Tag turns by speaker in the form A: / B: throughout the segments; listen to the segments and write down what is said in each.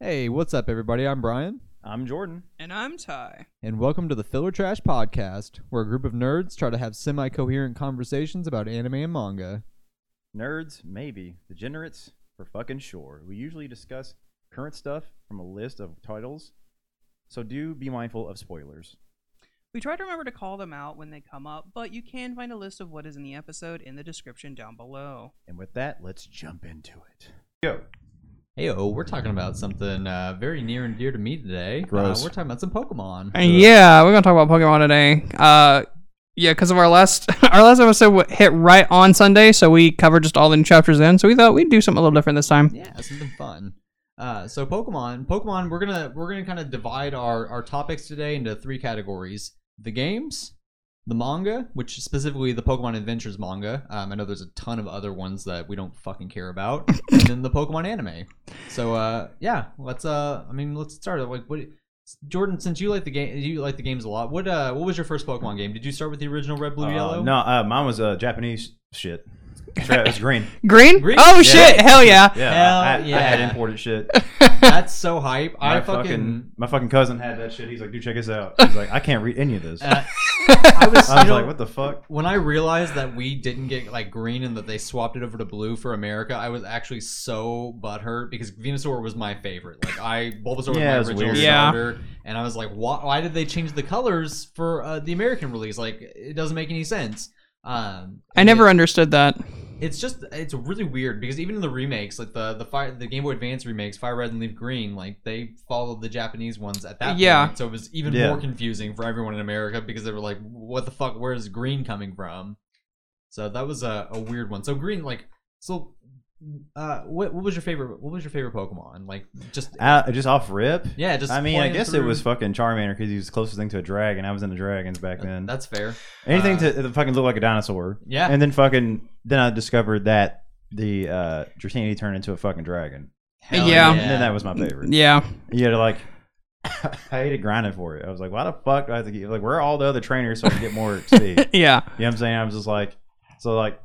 A: Hey, what's up, everybody? I'm Brian,
B: I'm Jordan.
C: And I'm Ty.
A: and welcome to the Filler Trash Podcast, where a group of nerds try to have semi coherent conversations about anime and manga.
B: Nerds, maybe. Degenerates, for fucking sure. We usually discuss current stuff from a list of titles, so do be mindful of spoilers.
C: We try to remember to call them out when they come up, but you can find a list of what is in the episode in the description down below.
B: And with that, let's jump into it.
A: Hey, oh, we're talking about something uh, very near and dear to me today.
B: Gross.
A: Uh, we're talking about some Pokemon.
D: yeah, we're gonna talk about Pokemon today. Uh, yeah, because of our last our last episode wa- hit right on Sunday, so we covered just all the new chapters in. So we thought we'd do something a little different this time.
A: yeah something fun uh, so pokemon pokemon we're gonna we're gonna kind of divide our our topics today into three categories the games the manga which specifically the pokemon adventures manga um, i know there's a ton of other ones that we don't fucking care about and then the pokemon anime so uh yeah let's uh i mean let's start like what Jordan, since you like the game, you like the games a lot. What uh, what was your first Pokemon game? Did you start with the original Red, Blue,
B: Uh,
A: Yellow?
B: No, uh, mine was uh, Japanese shit. Tra- It's green.
D: Green?
A: Green?
D: Oh shit! Hell yeah!
B: Yeah,
A: Hell
B: I, I, I had
A: yeah.
B: imported shit.
A: that's so hype. I
B: My
A: fucking
B: my fucking cousin had that shit. He's like, dude, check this out. He's like, I can't read any of this.
A: Uh, I was,
B: I was
A: you know,
B: like, what the fuck?
A: when I realized that we didn't get like green and that they swapped it over to blue for America, I was actually so butthurt because Venusaur was my favorite. Like I Bulbasaur
B: Yeah, it
A: was
B: was
A: my original
B: weird.
D: Yeah.
A: starter, and I was like, why, why did they change the colors for uh, the American release? Like it doesn't make any sense. Um,
D: I
A: and
D: never
A: it-
D: understood that.
A: it's just it's really weird because even in the remakes, like the the fire the Game Boy Advance remakes, Fire Red and Leaf Green, like they followed the Japanese ones at that
D: Yeah.
A: point, so it was even
B: Yeah.
A: more confusing for everyone in America because they were like, "What the fuck? Where is green coming from?" So that was a, a weird one. So green, like, so uh, what what was your favorite? What was your favorite Pokemon? Like, just
B: Uh, just off rip.
A: yeah, just
B: I mean, I
A: playing
B: guess it
A: through-
B: was fucking Charmander because he was the closest thing to a dragon. I was into dragons back then.
A: That's fair.
B: Anything
A: Uh,
B: to that fucking look like a dinosaur.
A: Yeah.
B: And then fucking then I discovered that the uh Dratini turned into a fucking dragon.
A: Hell
D: Yeah.
B: And then that was my favorite.
D: Um, Yeah,
B: You had to like I hated grinding for it. I was like, why the fuck do I have to get like where are all the other trainers so I can get more XP? you know
D: yeah,
B: what I'm saying? I was just like so like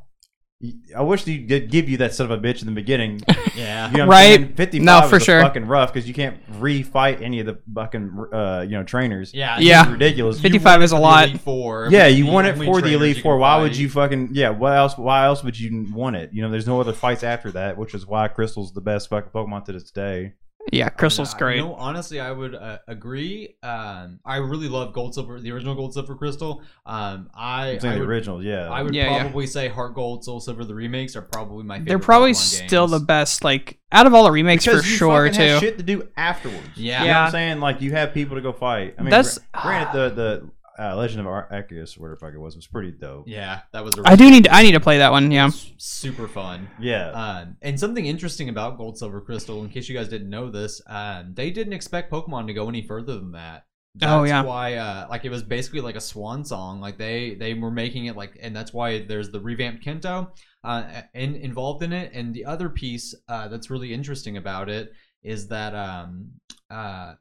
B: y- I wish they did give you that son of a bitch in the beginning.
A: yeah.
B: You know what I'm
D: Right.
B: saying? 55
D: No, for
B: is a
D: sure.
B: fucking rough because you can't refight any of the fucking uh, you know trainers.
A: Yeah,
D: Yeah.
B: It's ridiculous.
A: You
D: fifty-five is a
A: The
D: lot.
A: Elite Four.
B: Yeah,
A: was
B: you
A: the
B: want it
A: only
B: for the
A: trainers
B: Elite
A: you
B: Four.
A: could
B: Why would
A: fight.
B: you fucking yeah? What else? Why else would you want it? You know, there's no other fights after that, which is why Crystal's the best fucking Pokemon to this day.
D: Yeah, Crystal's
A: Nah,
D: great.
A: You know, honestly, I would uh, agree. Um, I really love Gold Silver, the original Gold Silver Crystal. Um, I
B: I'm saying
A: I
B: the
A: would,
B: original, yeah.
A: I would
D: Yeah, yeah.
A: probably say Heart Gold, Soul Silver, the remakes are probably my favorite.
D: They're probably
A: Pokemon games.
D: still the best, like out of all the remakes
B: Because
D: for
B: you
D: sure
B: fucking have
D: too.
B: shit to do afterwards.
A: Yeah.
B: You know what
D: Yeah.
B: I'm saying like you have people to go fight. I mean,
D: That's-
B: gra- granted the the uh, Legend of Ar- Arceus or whatever the fuck it was was pretty dope.
A: Yeah, that was a
D: I do need I need to play that one. Yeah,
A: super fun.
B: Yeah.
A: Um, and something interesting about Gold Silver Crystal, in case you guys didn't know this, um, they didn't expect Pokemon to go any further than that. That's
D: Oh, yeah.
A: why uh, like it was basically like a swan song. Like they they were making it like, and that's why there's the revamped Kento uh, in, involved in it. And the other piece uh, that's really interesting about it is that um uh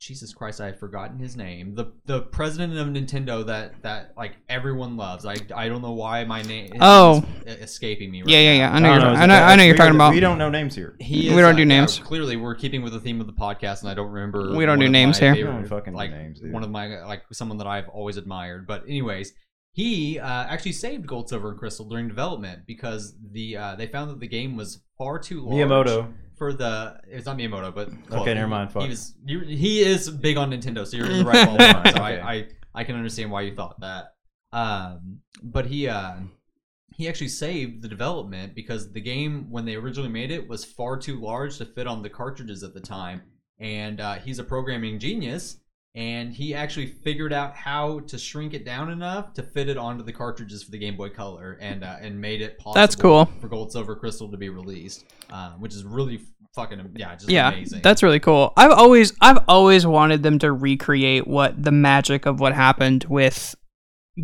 A: Jesus Christ, I have forgotten his name. The the president of Nintendo that that like everyone loves. I I don't know why my name his
D: Oh.
A: name is escaping me. Right
D: yeah, yeah,
A: now.
D: yeah. I
B: I
D: know,
B: don't
D: you're,
B: is
D: I
B: it-
D: know, I know you're
B: we-
D: talking about.
B: We don't know names here.
A: He
D: We
A: is, uh,
D: don't do
A: yeah,
D: names.
A: clearly, we're keeping with the theme of the podcast, and I don't remember.
D: We don't
A: one
D: do
A: of
D: names
A: my
D: here.
B: We don't
A: favorite,
B: fucking do
A: like
B: names, dude.
A: one of my like someone that I've always admired. But anyways, he uh, actually saved Gold, Silver, and Crystal during development because the uh, they found that the game was far too large
B: Miyamoto.
A: for the it's not Miyamoto, but close.
B: never mind,
A: He,
B: fuck.
A: he was you, he is big on Nintendo, so you're in the right ballpark. So
B: Okay.
A: I, I I can understand why you thought that. Um, but he uh, he actually saved the development because the game when they originally made it was far too large to fit on the cartridges at the time, and uh, he's a programming genius. And he actually figured out how to shrink it down enough to fit it onto the cartridges for the Game Boy Color, and uh, and made it possible
D: That's cool.
A: for Gold, Silver, Crystal to be released, um, which is really fucking yeah, just
D: yeah
A: amazing.
D: that's really cool i've always i've always wanted them to recreate what the magic of what happened with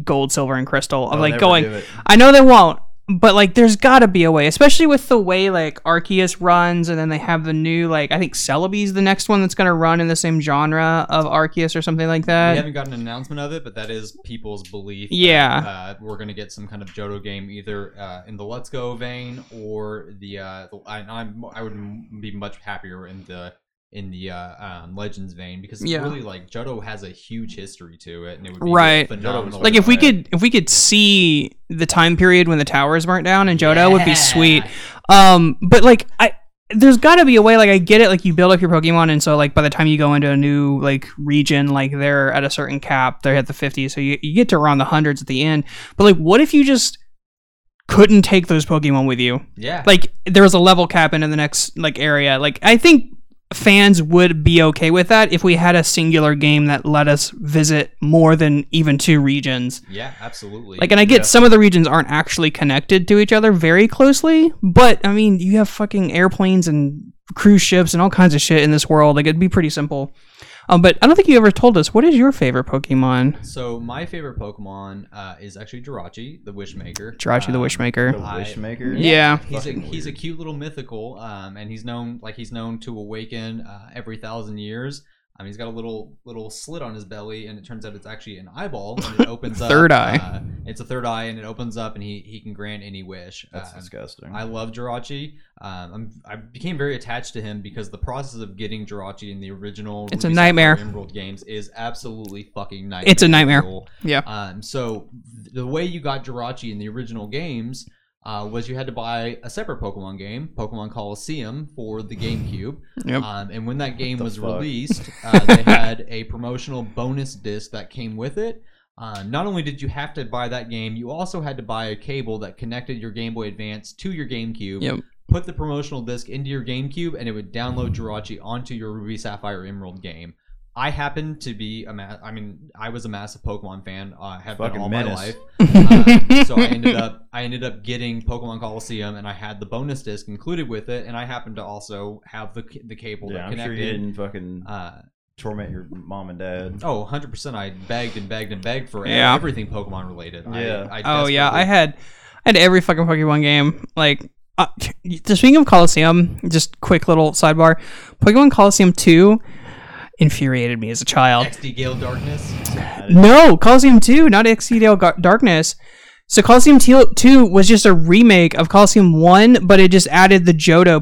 D: gold silver and crystal of
B: They'll
D: like
B: never
D: going
B: do it.
D: i know they won't but like there's gotta be a way especially with the way like arceus runs and then they have the new like i think celebi's the next one that's gonna run in the same genre of arceus or something like
A: we
D: that
A: haven't gotten an announcement of it, but that is people's belief. that,
D: Yeah.
A: uh, we're gonna get some kind of Johto game either uh, in the Let's Go vein or the. Uh, the I, I'm I would m- be much happier in the in the uh, um, Legends vein because
D: Yeah.
A: really like Johto has a huge history to it, and it would be
D: Right.
A: phenomenal.
D: Like if we
A: to play.
D: could if we could see the time period when the towers burnt down in Johto it would be sweet.
A: Yeah.
D: Um but like I there's got to be a way like I get it like you build up your Pokemon and so like by the time you go into a new like region like they're at a certain cap they're at the 50s so you, you get to around the hundreds at the end but like what if you just couldn't take those Pokemon with you
A: yeah,
D: like there was a level cap into the next like area like i think fans would be okay with that if we had a singular game that let us visit more than even two regions
A: yeah, absolutely.
D: like and i get
B: Yeah.
D: some of the regions aren't actually connected to each other very closely but i mean you have fucking airplanes and cruise ships and all kinds of shit in this world like it'd be pretty simple um, but i don't think you ever told us what is your favorite pokemon
A: so my favorite Pokemon uh, is actually Jirachi, the Wishmaker.
D: Jirachi the
A: Um,
B: Uh, The
D: wishmaker
A: I-
B: Wishmaker.
D: yeah
A: He's a
B: Fucking
A: he's a
B: weird.
A: cute little mythical, um, and he's known like he's known to awaken uh, every thousand years. Um, he's got a little little slit on his belly, and it turns out it's actually an eyeball. And it opens up.
D: Third eye.
A: Uh, it's a third eye, and it opens up, and he he can grant any wish.
B: That's
A: Um,
B: disgusting.
A: I love Jirachi. Um, I'm, I became very attached to him because the process of getting Jirachi in the original
D: It's a
A: Ruby Sapphire
D: nightmare.
A: Emerald games is absolutely fucking nightmare.
D: It's a nightmare. yeah
A: Um, so th- the way you got Jirachi in the original games uh, was you had to buy a separate Pokemon game, Pokemon Coliseum, for the GameCube.
D: Yep.
A: Um, and when that game
B: the
A: was
B: fuck?
A: released, uh, they had a promotional bonus disc that came with it. Uh, not only did you have to buy that game, you also had to buy a cable that connected your Game Boy Advance to your GameCube.
D: Yep.
A: Put the promotional disc into your GameCube, and it would download Jirachi onto your Ruby Sapphire Emerald game. I happen to be a ma- I mean, I was a massive Pokemon fan. I uh, have been
B: Fucking
A: all my
B: menace.
A: life. Uh, so I ended up I ended up getting Pokemon Coliseum, and I had the bonus disc included with it, and I happened to also have the c- the cable
B: yeah,
A: that
B: I'm sure
A: connected.
B: you didn't fucking
A: uh,
B: torment your mom and dad.
A: oh, 100 percent. I begged and begged and begged for
D: Yeah.
A: everything Pokemon related. I-
B: Yeah.
A: I,
D: Oh yeah, I
A: desperately-
D: had I had every fucking Pokemon game. Like, uh, t- speaking of Coliseum, just quick little sidebar. Pokemon Coliseum Two infuriated me as a child.
A: XD Gale Darkness.
D: No, Coliseum Two, not Exceedale Gar- Darkness. So Coliseum T- Two was just a remake of Coliseum One, but it just added the Johto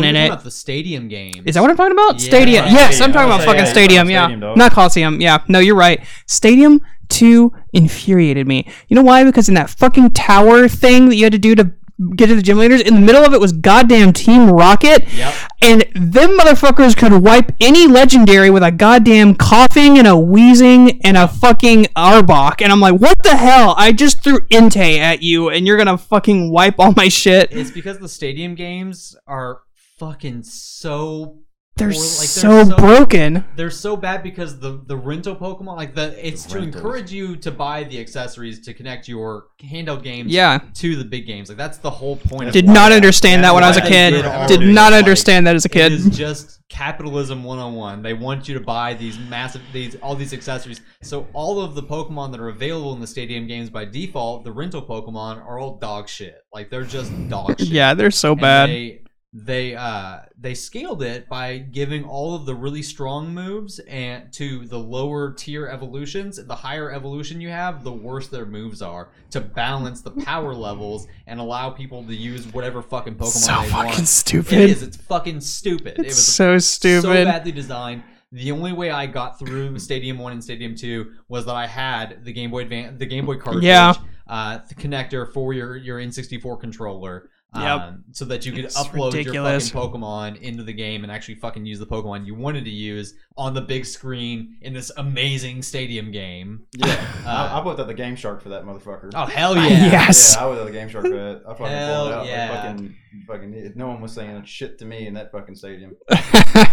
A: Oh, you're
D: in
A: talking
D: it.
A: about the stadium game.
D: Is that what I'm talking about?
A: Yeah.
D: Stadium. Yes, I'm
B: Stadium.
D: talking
B: Oh,
D: about
B: so
D: fucking
B: yeah, you're talking
D: stadium.
B: about
D: Yeah,
B: stadium, dog.
D: not Coliseum. Yeah, no, you're right. Stadium two infuriated me. You know why? Because in that fucking tower thing that you had to do to get to the gym leaders, in the middle of it was goddamn Team Rocket,
A: Yep.
D: and them motherfuckers could wipe any legendary with a goddamn coughing and a wheezing and a fucking arbok, and I'm like, what the hell? I just threw Entei at you, and you're gonna fucking wipe all my shit.
A: It's because the stadium games are fucking so
D: They're,
A: poor- like,
D: so, broken.
A: They're so bad because the the rental Pokemon, like the, it's
B: The
A: to
B: rentals.
A: encourage you to buy the accessories to connect your handheld games
D: Yeah.
A: to the big games. Like that's the whole point.
D: Did
A: of
D: not understand
B: Yeah,
D: that when I was a
A: why they
D: kid.
A: did all
D: Did
A: these,
D: not
A: like,
D: understand that as a
A: It is
D: kid.
A: just capitalism 101. They want you to buy these massive these all these accessories. So all of the Pokemon that are available in the stadium games by default, the rental Pokemon are all dog shit. Like they're just dog shit.
D: Yeah, they're so
A: And
D: bad.
A: They they uh they scaled it by giving all of the really strong moves and to the lower tier evolutions. The higher evolution you have, the worse their moves are to balance the power levels and allow people to use whatever fucking Pokemon
D: So
A: they
D: fucking
A: want. It
D: stupid.
A: is. It's fucking stupid. it
D: It's
A: was
D: so
A: so
D: stupid.
A: badly designed. The only way I got through Stadium One and Stadium Two was that I had the Game Boy Advance, the Game Boy cartridge,
D: Yeah.
A: uh, the connector for your your N64 controller.
D: Yep.
A: Um, so that you could
D: It's
A: upload
D: ridiculous.
A: your fucking Pokemon into the game and actually fucking use the Pokemon you wanted to use on the big screen in this amazing stadium game.
B: Yeah,
A: Uh,
B: I, I put out the Game Shark for that motherfucker.
A: Oh hell yeah!
D: Yeah. Yes.
B: Yeah, I was at the Game Shark for that. I fucking
A: Hell
B: pulled out.
A: yeah.
B: Like, fucking, fucking, no one was saying shit to me in that fucking stadium.
A: Fuck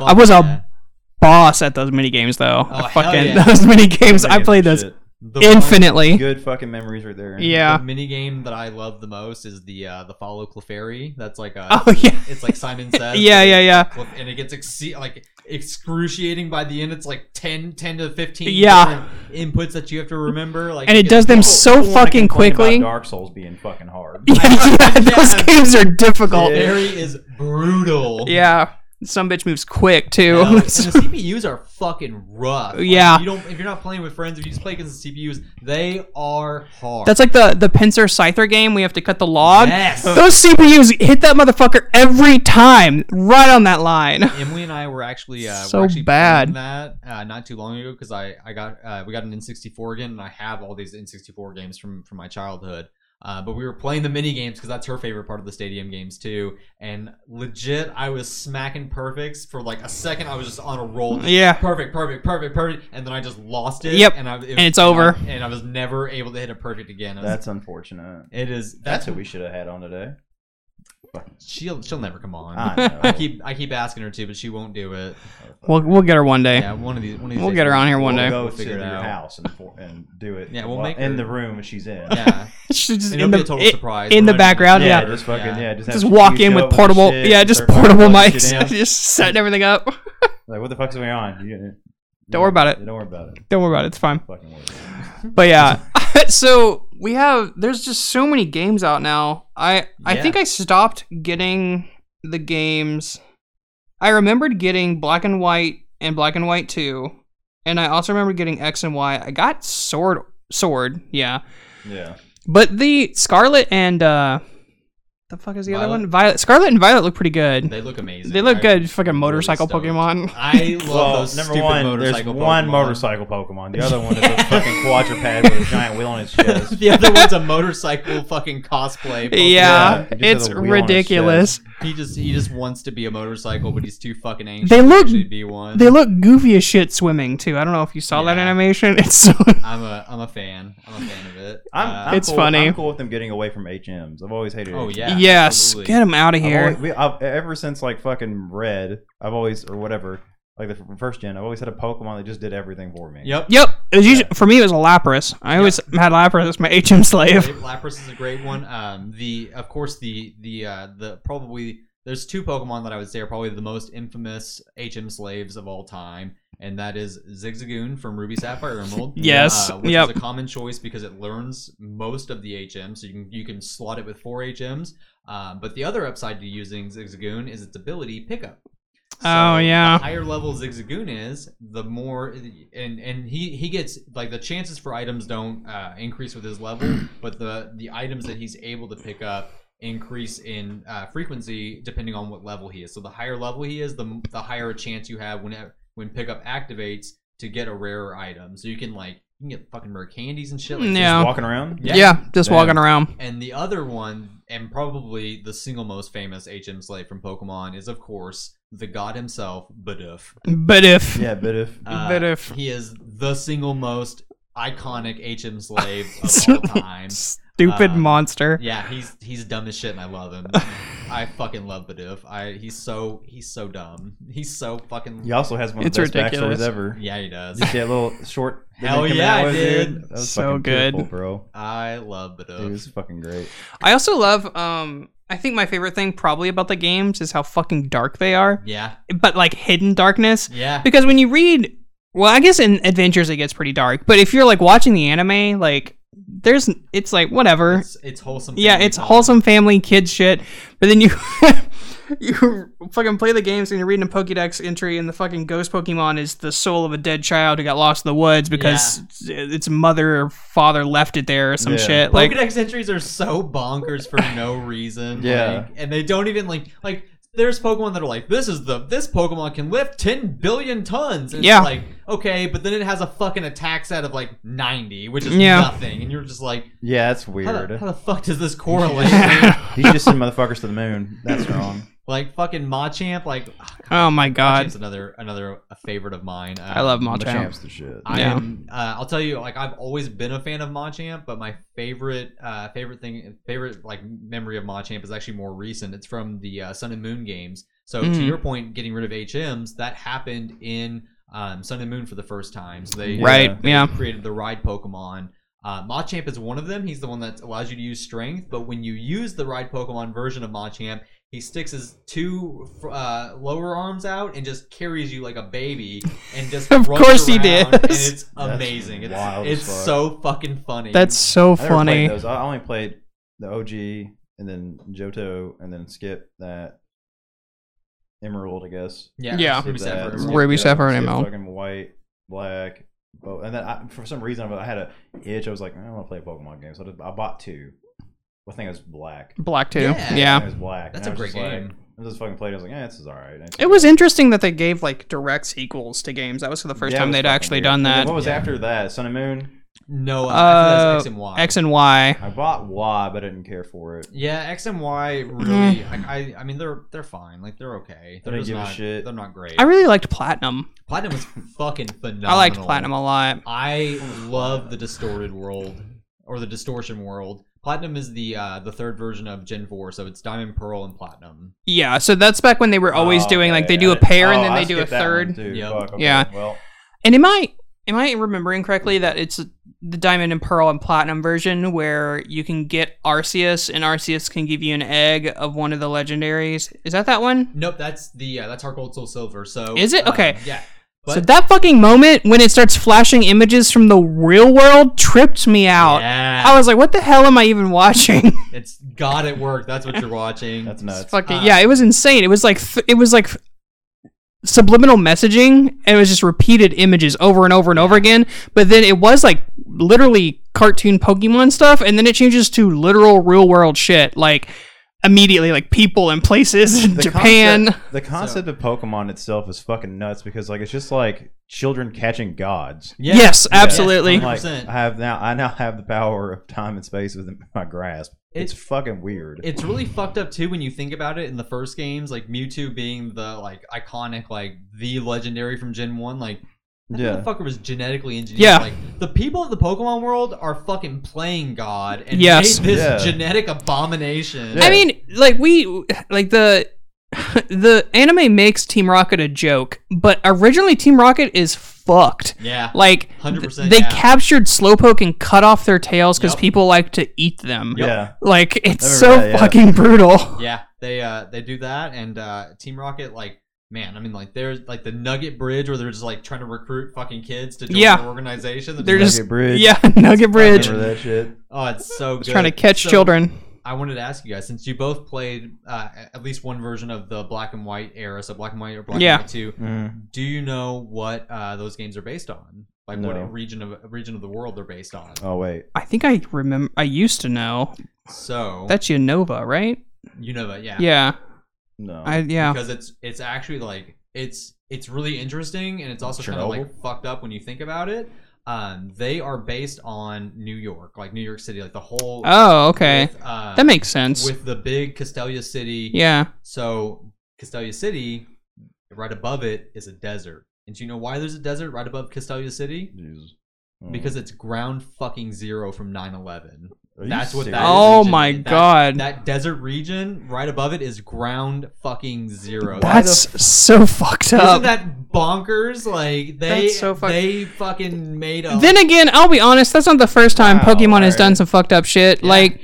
D: I was a-
A: yeah.
D: Boss at those mini games though.
A: Oh, hell
D: I fucking
A: yeah.
D: those mini games. I played those
B: Shit.
A: The one-
D: infinitely.
B: Good fucking memories right there.
D: Yeah.
A: The mini game that I love the most is the uh, the follow Clefairy. That's like a
D: Oh yeah.
A: it's like Simon says.
D: Yeah,
A: but
D: yeah, yeah.
A: it's- And it gets exce- like excruciating by the end. It's like 10, 10 to 15
D: Yeah.
A: different inputs that you have to remember. Like
D: And it does them
B: People-
D: so
B: people wanna
D: fucking
B: complain about
D: quickly.
B: Dark Souls being fucking hard.
D: Yeah, yeah, those
A: Yeah.
D: games are difficult.
A: Clefairy is brutal.
D: Yeah. some bitch moves quick too.
A: Yeah, and the CPUs are fucking rough. Like,
D: Yeah.
A: you don't if you're not playing with friends, if you just play against the CPUs, they are hard.
D: That's like the the pincer scyther game. We have to cut the log.
A: Yes.
D: Those CPUs hit that motherfucker every time, right on that line.
A: Emily and I were actually uh,
D: So
A: were actually
D: bad.
A: playing that uh, not too long ago because I I got uh, we got an N64 again and I have all these N64 games from from my childhood. Uh, but we were playing the mini games because that's her favorite part of the stadium games too. And legit, I was smacking perfects for like a second. I was just on a roll. just
D: Yeah.
A: Perfect, perfect, perfect, perfect, and then I just lost it.
D: Yep.
A: and, I, it,
D: And it's over.
A: And I, was never able to hit a perfect again. I was-
B: That's unfortunate.
A: it is. That's,
B: That's what we should have had on today.
A: she'll she'll never come on.
B: I
A: I
B: know.
A: keep I keep asking her to, but she won't do it.
D: We'll we'll get her one day.
A: Yeah, one of these. One of these
D: We'll
A: days
D: get her on here one
B: we'll
D: day.
B: go
A: We'll figure
B: to
A: it
B: your
A: out.
B: house and, for, and do it.
A: Yeah, we'll
B: while-
A: make
B: in
A: her-
B: the room she's in.
A: Yeah,
D: She's just
A: and it'll
D: in the,
A: be a total
D: it-
A: surprise.
D: in
A: We're not
D: the
A: even-
D: background,
B: Yeah,
D: yeah.
B: just fucking yeah, just, have
D: Just
B: your
D: walk
B: TV
D: in
B: show
D: with
B: up your
D: portable,
B: shit
D: yeah,
B: and
D: just
B: start fucking
D: portable
B: putting shit
D: mics,
B: down.
D: just setting everything up.
B: Like what the fuck's going on? You- you-
D: Don't worry about it.
B: yeah, Don't worry about it.
D: Don't worry about it; it's fine.
B: Fucking worry.
D: But yeah, so we have there's just so many games out now. I I
A: Yeah.
D: think I stopped getting the games. I remembered getting Black and White and Black and White 2, and I also remember getting X and Y. I got Sword Sword, yeah.
B: Yeah.
D: But the Scarlet and uh the fuck is the other
A: Violet?
D: one? Violet Scarlet and Violet look pretty good. They,
A: They look amazing.
D: look
A: I'm
D: good. Fucking
A: really
D: motorcycle
A: stoked.
D: Pokemon.
A: I love
B: Well,
A: those
B: number
A: stupid
B: one, there's
A: motorcycle
B: one
A: Pokemon.
B: motorcycle Pokemon. The other one is a fucking quadruped with a giant wheel on its chest.
A: the other one's a motorcycle fucking cosplay. Pokemon.
B: Yeah,
D: Yeah,
B: he just has
D: it's
B: a wheel on his
D: ridiculous.
A: he just he just wants to be a motorcycle, but he's too fucking anxious.
D: They
A: to
D: look-
A: actually be one.
D: They look goofy as shit swimming too. I don't know if you saw that
A: Yeah.
D: animation. It's so
A: I'm a I'm a fan. I'm a fan of it.
B: I'm,
A: Uh,
B: I'm
D: It's
B: cool,
D: funny.
B: I'm cool with them getting away from HMs. I've always hated.
A: Oh,
B: HMs.
A: yeah.
D: yes,
A: absolutely.
D: get him out of
B: I've
D: here.
B: always- we- I've- ever since like fucking Red, I've always or whatever, like the f- first gen, I've always had a Pokemon that just did everything for me.
A: yep.
D: Yep, it was usually, for me it was a Lapras. I always had Lapras as my HM slave.
A: Great. Lapras is a great one. Um, the of course the the uh, the probably there's two Pokemon that I would say are probably the most infamous HM slaves of all time, and that is Zigzagoon from Ruby Sapphire Emerald.
D: Yes.
A: uh, which
D: Yep.
A: is a common choice because it learns most of the HM, so you can you can slot it with four HMs. Um, but the other upside to using Zigzagoon is its ability pickup.
D: Oh, yeah.
A: The higher level Zigzagoon is, the more and and he he gets like the chances for items don't uh, increase with his level, but the the items that he's able to pick up increase in uh, frequency depending on what level he is. So the higher level he is, the the higher a chance you have when it, when pickup activates to get a rarer item. So you can like you can get fucking rare candies and shit. Like this.
D: Yeah.
B: Just walking around.
A: Yeah.
D: Yeah, just
B: Damn.
D: walking around.
A: And the other one, and probably the single most famous HM slave from Pokemon, is of course the god himself, Bidoof.
D: But if
B: Yeah, but if
A: Uh,
D: But if-
A: he is the single most iconic HM slave of all time.
D: stupid
A: Uh,
D: monster,
A: Yeah, he's he's dumb as shit, and I love him. I fucking love Bidoof. I he's so he's so dumb. He's so fucking
B: he also has one of
D: It's
B: the best
D: ridiculous.
B: backstories ever.
A: yeah he does.
B: You see that little short. that
A: Hell
B: they came
A: yeah,
B: out with,
A: dude.
B: That was
D: So
B: fucking
D: good.
B: beautiful, bro.
A: I love Bidoof.
B: It was fucking great.
D: I also love. Um, I think my favorite thing probably about the games is how fucking dark they are,
A: Yeah,
D: but like hidden darkness.
A: yeah.
D: Because when you read, well, I guess in adventures it gets pretty dark. But if you're like watching the anime, like there's, it's like whatever.
A: It's, it's wholesome.
D: Yeah,
A: family
D: it's
A: fun.
D: wholesome family kid shit. But then you you fucking play the games and you're reading a Pokédex entry, and the fucking ghost Pokemon is the soul of a dead child who got lost in the woods because its mother or father left it there or some
B: Yeah.
D: shit. Like,
A: Pokedex entries are so bonkers for no reason.
B: Yeah.
A: like, and they don't even like like. There's Pokemon that are like this is the this Pokemon can lift 10 billion tons. And
D: Yeah.
A: It's like okay, but then it has a fucking attack set of like 90, which is
D: Yeah.
A: nothing, and you're just like,
B: Yeah, that's
A: how the,
B: weird.
A: how the fuck does this correlate? dude?
B: He should just send motherfuckers to the moon. That's wrong.
A: like fucking Machamp, like ugh,
D: oh my god,
A: Machamp's another another favorite of mine. Uh,
D: I love Machamp.
B: Machamp's the shit.
A: I
D: Yeah.
A: am. Uh, I'll tell you, like I've always been a fan of Machamp, but my favorite, uh, favorite thing, favorite like memory of Machamp is actually more recent. It's from the uh, Sun and Moon games. So to
D: Mm.
A: your point, getting rid of HMs that happened in um, Sun and Moon for the first time. So they
D: Right?
B: Yeah.
D: Yeah.
A: created the ride Pokemon. Uh, Machamp is one of them. He's the one that allows you to use strength, but when you use the ride Pokemon version of Machamp, he sticks his two fr- uh, lower arms out and just carries you like a baby, and just
D: Of
A: runs
D: course he
A: around, And
D: does.
A: it's amazing. It's,
B: wild as
A: it's
B: fuck.
A: so fucking funny.
D: That's
B: I
D: so
B: never played
D: funny.
B: those. I only played the OG and then Johto and then Skip that. Emerald, I guess.
A: Yeah.
D: Yeah.
A: Ruby
B: That.
A: Sapphire.
D: Ruby
B: Yeah,
D: Sapphire and
B: shit,
D: Emerald.
B: Fucking white, black. Oh, and then I, for some reason I had a itch. I was like, I want to play a Pokemon game, so I did- I bought two. I think it was black.
D: Black too.
A: Yeah.
D: Yeah.
B: It was black.
A: That's
B: and
A: a
B: I was
A: great
B: just like-
A: game.
B: I just fucking played. it. I was like, yeah, this is all right. And-
D: It was interesting that they gave like direct sequels to games. That was the first
B: Yeah, it
D: time
B: was
D: they'd
B: fucking
D: actually
B: weird.
D: done
B: And then
D: that.
B: What was
A: Yeah.
B: after that? Sun and Moon.
A: No, uh,
D: Uh,
A: X and Y.
D: X and Y.
B: I bought Y, but I didn't care for it.
A: yeah, X and Y
D: Mm.
A: really. I, I I mean they're they're fine. Like they're okay. They're
B: don't
A: just
B: give a
A: not,
B: shit.
A: They're not great.
D: I really liked Platinum.
A: Platinum was fucking phenomenal.
D: I liked Platinum a lot.
A: I love the distorted world or the distortion world. Platinum is the uh, the third version of Gen Four, so it's Diamond, Pearl, and Platinum.
D: Yeah, so that's back when they were always
B: Oh,
D: doing like
B: okay.
D: they do
B: I
D: a
B: didn't-
D: pair
B: oh,
D: and then
B: I
D: they do a
B: skipped that one,
D: third.
B: too.
A: Yep.
B: Fuck, okay.
D: Yeah.
B: Well,
D: And am I am I remembering correctly that it's the diamond and pearl and platinum version where you can get Arceus and Arceus can give you an egg of one of the legendaries? Is that that one?
A: Nope, that's the uh, that's Heart Gold Soul Silver. So
D: Is it?
A: um,
D: Okay.
A: yeah,
D: so
A: but-
D: that fucking moment when it starts flashing images from the real world tripped me out.
A: yeah.
D: I was like, what the hell am I even watching?
A: it's God at work. That's what you're watching.
B: that's
D: It's
B: nuts.
D: fucking
A: uh,
D: yeah, it was insane. It was like th- it was like subliminal messaging, and it was just repeated images over and over and over again. But then it was like literally cartoon Pokemon stuff, and then it changes to literal real world shit, like immediately, like people and places in
B: The
D: Japan.
B: Concept, the concept of Pokemon itself is fucking nuts because like it's just like children catching gods.
A: Yeah.
D: Yes,
A: Yeah.
D: absolutely.
B: I'm like,
A: 100%.
B: I have now. I now have the power of time and space within my grasp. It's
A: It-
B: fucking weird.
A: It's really fucked up too when you think about it. In the first games, like Mewtwo being the like iconic, like the legendary from Gen One, like that
B: Yeah.
A: motherfucker was genetically engineered.
D: Yeah.
A: like the people of the Pokemon world are fucking playing God and
D: Yes.
A: made this
B: Yeah.
A: genetic abomination.
B: Yeah.
D: I mean, like we like the the anime makes Team Rocket a joke, but originally Team Rocket is fucked.
A: Yeah,
D: Like
A: 100%,
D: they
A: yeah.
D: captured Slowpoke and cut off their tails because
A: Yep.
D: people like to eat them.
B: yeah.
D: Like it's
B: Remember
D: so
B: that, yeah.
D: fucking brutal.
A: yeah. They uh they do that and uh Team Rocket like. Man, I mean, like there's like the Nugget Bridge where they're just like trying to recruit fucking kids to join
D: Yeah.
A: their organization.
D: They're just
B: Nugget Bridge.
D: yeah, Nugget Bridge
B: Remember that shit?
A: oh, it's so good.
D: trying to catch
A: So-
D: children.
A: I wanted to ask you guys since you both played uh, at least one version of the black and white era, so black and white or black
D: Yeah.
A: and white two. Do you know what uh, those games are based on? Like
B: No.
A: what region of region of the world they're based on?
B: Oh wait.
D: I think I remember. I used to know
A: So
D: that's Unova, right?
A: you know that, yeah,
D: Yeah.
B: No.
D: I yeah.
A: because it's it's actually like it's it's really interesting and it's also kind of
B: Chernobyl?
A: like fucked up when you think about it. Um, they are based on New York, like New York City, like the whole.
D: Oh, okay.
A: with, uh,
D: That makes sense.
A: with the big Castelia City.
D: Yeah.
A: So Castelia City, right above it is a desert. And do you know why there's a desert right above Castelia City?
B: Jesus.
D: Mm.
A: Because it's ground fucking zero from 9/11. That's what that is.
D: Oh
A: legitimately-
D: my
A: that-
D: god.
A: That desert region right above it is ground fucking zero.
B: Why the
D: that's so fucked
A: Isn't
D: up.
A: that bonkers? Like they
D: That's so fuck-
A: they fucking made a
D: Then again, I'll be honest, that's not the first time
B: Wow,
D: Pokemon has
B: alright.
D: done some fucked up shit. Like,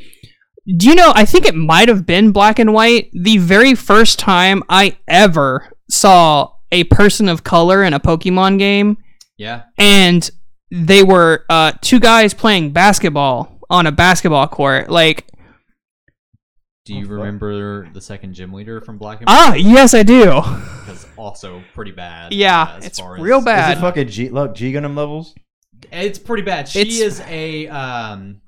D: do you know, I think it might have been black and white. The very first time I ever saw a person of color in a Pokemon game,
A: yeah.
D: and they were uh, two guys playing basketball on a basketball court. Like,
A: Do you
B: Oh, fuck.
A: remember the second gym leader from Black and
D: ah, yes, I do.
A: Because also pretty bad.
D: Yeah,
A: uh, as
D: it's
A: far
D: real
A: as-
B: Is
D: bad.
B: it fucking G? Look, G Gundam levels.
A: It's pretty bad. She
D: It's-
A: is a um